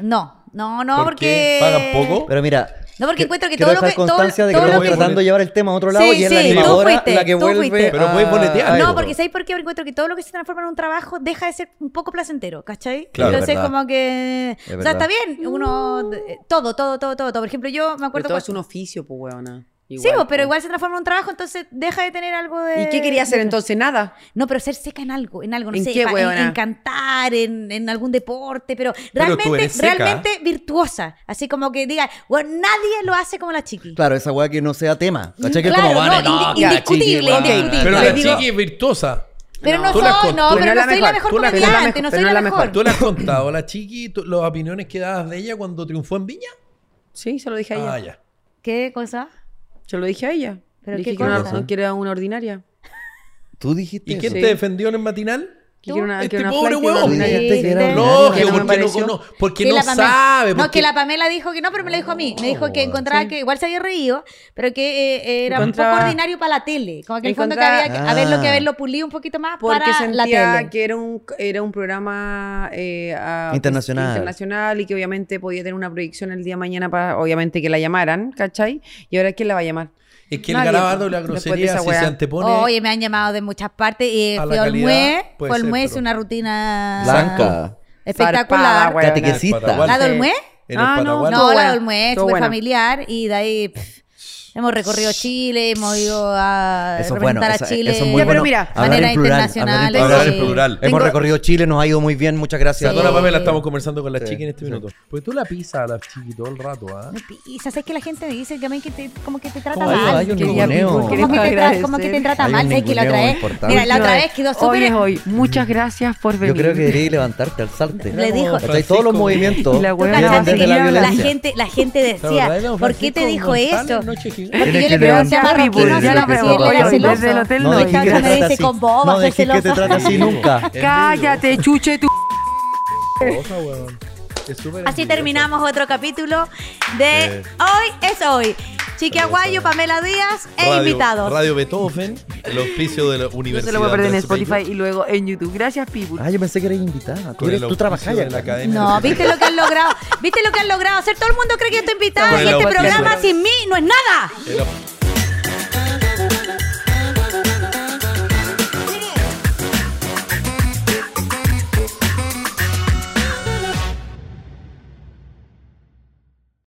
D: No, no, no,
E: ¿Por
D: porque.
E: qué? ¿Pagan poco?
B: Pero mira,
D: No, porque
B: que-
D: encuentro que
B: quiero
D: todo lo
B: dejar
D: que- todo lo-
B: constancia de que
D: todo
E: lo
B: estamos
E: que-
B: tratando de llevar el tema a otro lado
D: Sí,
B: y es la
D: sí, tú
B: animadora
D: fuiste,
B: la que
D: tú
B: vuelve.
D: fuiste.
E: Pero
B: a-
E: puedes boletear.
B: a
E: Ay,
D: No,
B: esto.
D: porque ¿sabéis por qué? Porque encuentro que todo lo que se transforma en un trabajo deja de ser un poco placentero, ¿cachai?
E: Claro,
D: Entonces,
B: verdad.
D: como que.
B: Es
D: O sea,
B: verdad.
D: está bien, uno. eh, Todo, todo, todo, todo, todo. Por ejemplo, yo me
C: Pero
D: acuerdo.
C: todo
D: cuando-
C: es un oficio, pues, weona.
D: Sí,
C: Igual,
D: vos, pero
C: po.
D: igual se transforma en un trabajo, entonces deja de tener algo de.
C: ¿Y qué quería hacer entonces? Nada.
D: No, pero ser seca en algo, en algo, no
C: ¿En
D: sé,
C: qué,
D: pa- en,
C: huevona?
D: en cantar, en, en algún deporte, pero
E: Pero tú
D: realmente,
E: eres seca.
D: realmente virtuosa. Así como que diga, bueno, nadie lo hace como la chiqui.
B: Claro, esa weá que no sea tema. ¿Cachai? Que es
D: Claro,
B: como, vale,
D: no,
B: no,
D: indi-
B: ya,
D: indiscutible,
B: chiqui, weá.
D: indiscutible.
E: Pero
C: Le
E: la
C: digo-
E: chiqui es virtuosa.
D: Pero no,
E: Tú la
D: soy,
E: con-
D: no,
E: tú-
D: pero no
C: pero no
D: soy la
C: la
D: mejor
E: tú la-
D: comediante,
C: pero
D: no soy
C: no
D: la
C: la
D: mejor.
E: ¿Tú le has contado a la chiqui tú- las opiniones que dabas de ella cuando triunfó en Viña?
C: Sí, se lo dije a ella.
E: Ah, ya.
D: ¿Qué cosa?
C: Se lo dije a ella.
D: ¿Pero
C: Le dije
D: qué
C: que, no,
D: cosa?
C: no, que era una ordinaria.
B: Tú dijiste
E: ¿Y quién
B: eso.
C: Sí.
E: te defendió en el matinal?
C: Que
D: ¿Tú?
C: era una, que
E: Este
C: era una
E: pobre
C: flight, que era
E: huevón.
B: Tú
C: ordinaria.
B: dijiste que era
D: Sí,
E: No,
B: ordinaria.
E: que
C: no me
E: porque no,
C: pareció.
E: no, porque
D: Que
E: no
D: la Pamela-
E: sabe.
D: No,
E: porque-
D: que la Pamela dijo que no, pero me lo dijo a mí. Me dijo que encontraba que igual se había reído, pero que eh, era un poco
C: Encontraba-
D: ordinario para la tele. Como que en el fondo que
C: Encontraba-
D: había que haberlo, que
B: Ah.
D: haberlo pulido un poquito más
C: Porque
D: para la
C: sentía
D: tele.
C: que era un, era un programa eh, a-
B: Internacional.
C: internacional y que obviamente podía tener una proyección el día de mañana para obviamente que la llamaran, ¿cachai? Y ahora ¿quién la va a llamar?
E: Es que
C: Nadie,
E: el garabardo y la
C: después de
E: grosería
C: esa
E: si
C: weá.
E: se antepone.
D: Oye, me han llamado de muchas partes. Y
E: A la calidad,
D: Fiolmue,
E: puede
D: Fiolmue
E: ser,
D: es
E: pero-
D: una rutina
B: Blanca.
D: espectacular.
C: Zarpada, weona.
B: Catequecista.
E: Patagual.
D: ¿La Dolmue?
E: En
C: Ah, no,
E: el Patagual.
D: No,
C: Estuvo
D: la
C: buena,
D: Dolmue es
C: estuvo
D: súper
C: buena.
D: familiar y de ahí pff, Hemos recorrido Chile, hemos ido a
B: Eso es
D: representar
B: bueno, eso-
D: a Chile.
B: eso es muy
C: Ya, pero
B: bueno.
C: mira,
B: Hablar
D: manera
B: en plural,
D: internacional, eh,
B: hablar en plural.
E: Hablar en plural.
B: Hemos
C: Tengo-
B: recorrido Chile, nos ha ido muy bien, muchas gracias. a
E: La dona
B: todos.
E: Pamela estamos conversando con la
B: Sí,
E: chica en este minuto. Porque tú la pisas a la chiqui todo el rato, ¿ah?
D: Y sabes que la gente me dice que, a mí que te, como que te trata
B: Como hay-
D: mal.
B: hay un
D: como,
C: Quería
B: ninguneo.
C: Pitbull,
D: como que te tra- como que te
C: agradecer.
D: trata
B: Hay un
D: mal. Es que la otra
B: ninguneo
D: vez.
B: importante.
D: Mira, la otra vez quedó
C: Hoy es
D: súper.
C: hoy. Muchas gracias por venir.
B: Yo creo que deberías levantarte, alzarte.
D: Le dijo-
B: ¿Cachai? Todos los
E: Francisco.
B: movimientos
C: Y la
D: Tú
C: huevona
B: vienen
D: cachaste
B: desde
D: que
B: la
D: la,
B: violencia.
D: gente, la gente decía, ¿por qué te dijo eso? Porque
B: Tienes
D: yo
B: que
D: le pregunté a
B: levantar
D: Marroquín, no
B: Pitbull,
D: sé
B: ya la
D: si
B: veo,
D: él era
B: ya
C: desde
D: celoso.
C: el hotel
B: No
C: no,
B: dejes que
D: Tanto
B: te
D: me
B: trate
D: dice
B: así.
D: con boba,
B: No
D: soy
B: dejes que te
D: celoso.
B: trate así nunca.
C: Cállate, chuche tu.
D: Así terminamos otro capítulo de
B: Eh.
E: Sí.
D: Hoy es Hoy. Chiquiaguayo, Pamela Díaz e
E: Radio-
D: invitados.
E: Radio Beethoven, el auspicio de la
C: No
E: Universidad.
C: se lo voy a perder en
E: Andrés Bello,
C: Spotify y luego en YouTube. Gracias, People.
B: Ah, yo pensé que eras invitada. Tú,
E: con el
B: eres, tú
E: auspicio
B: trabajas
E: de
B: ya. acá.
E: la Academia
D: No,
E: Nacional.
D: viste lo que han logrado. Viste lo que han logrado hacer. Todo el mundo cree que yo estoy invitada
E: Con
D: y
E: el
D: este
E: auspicio.
D: programa sin mí no es nada.
E: El au-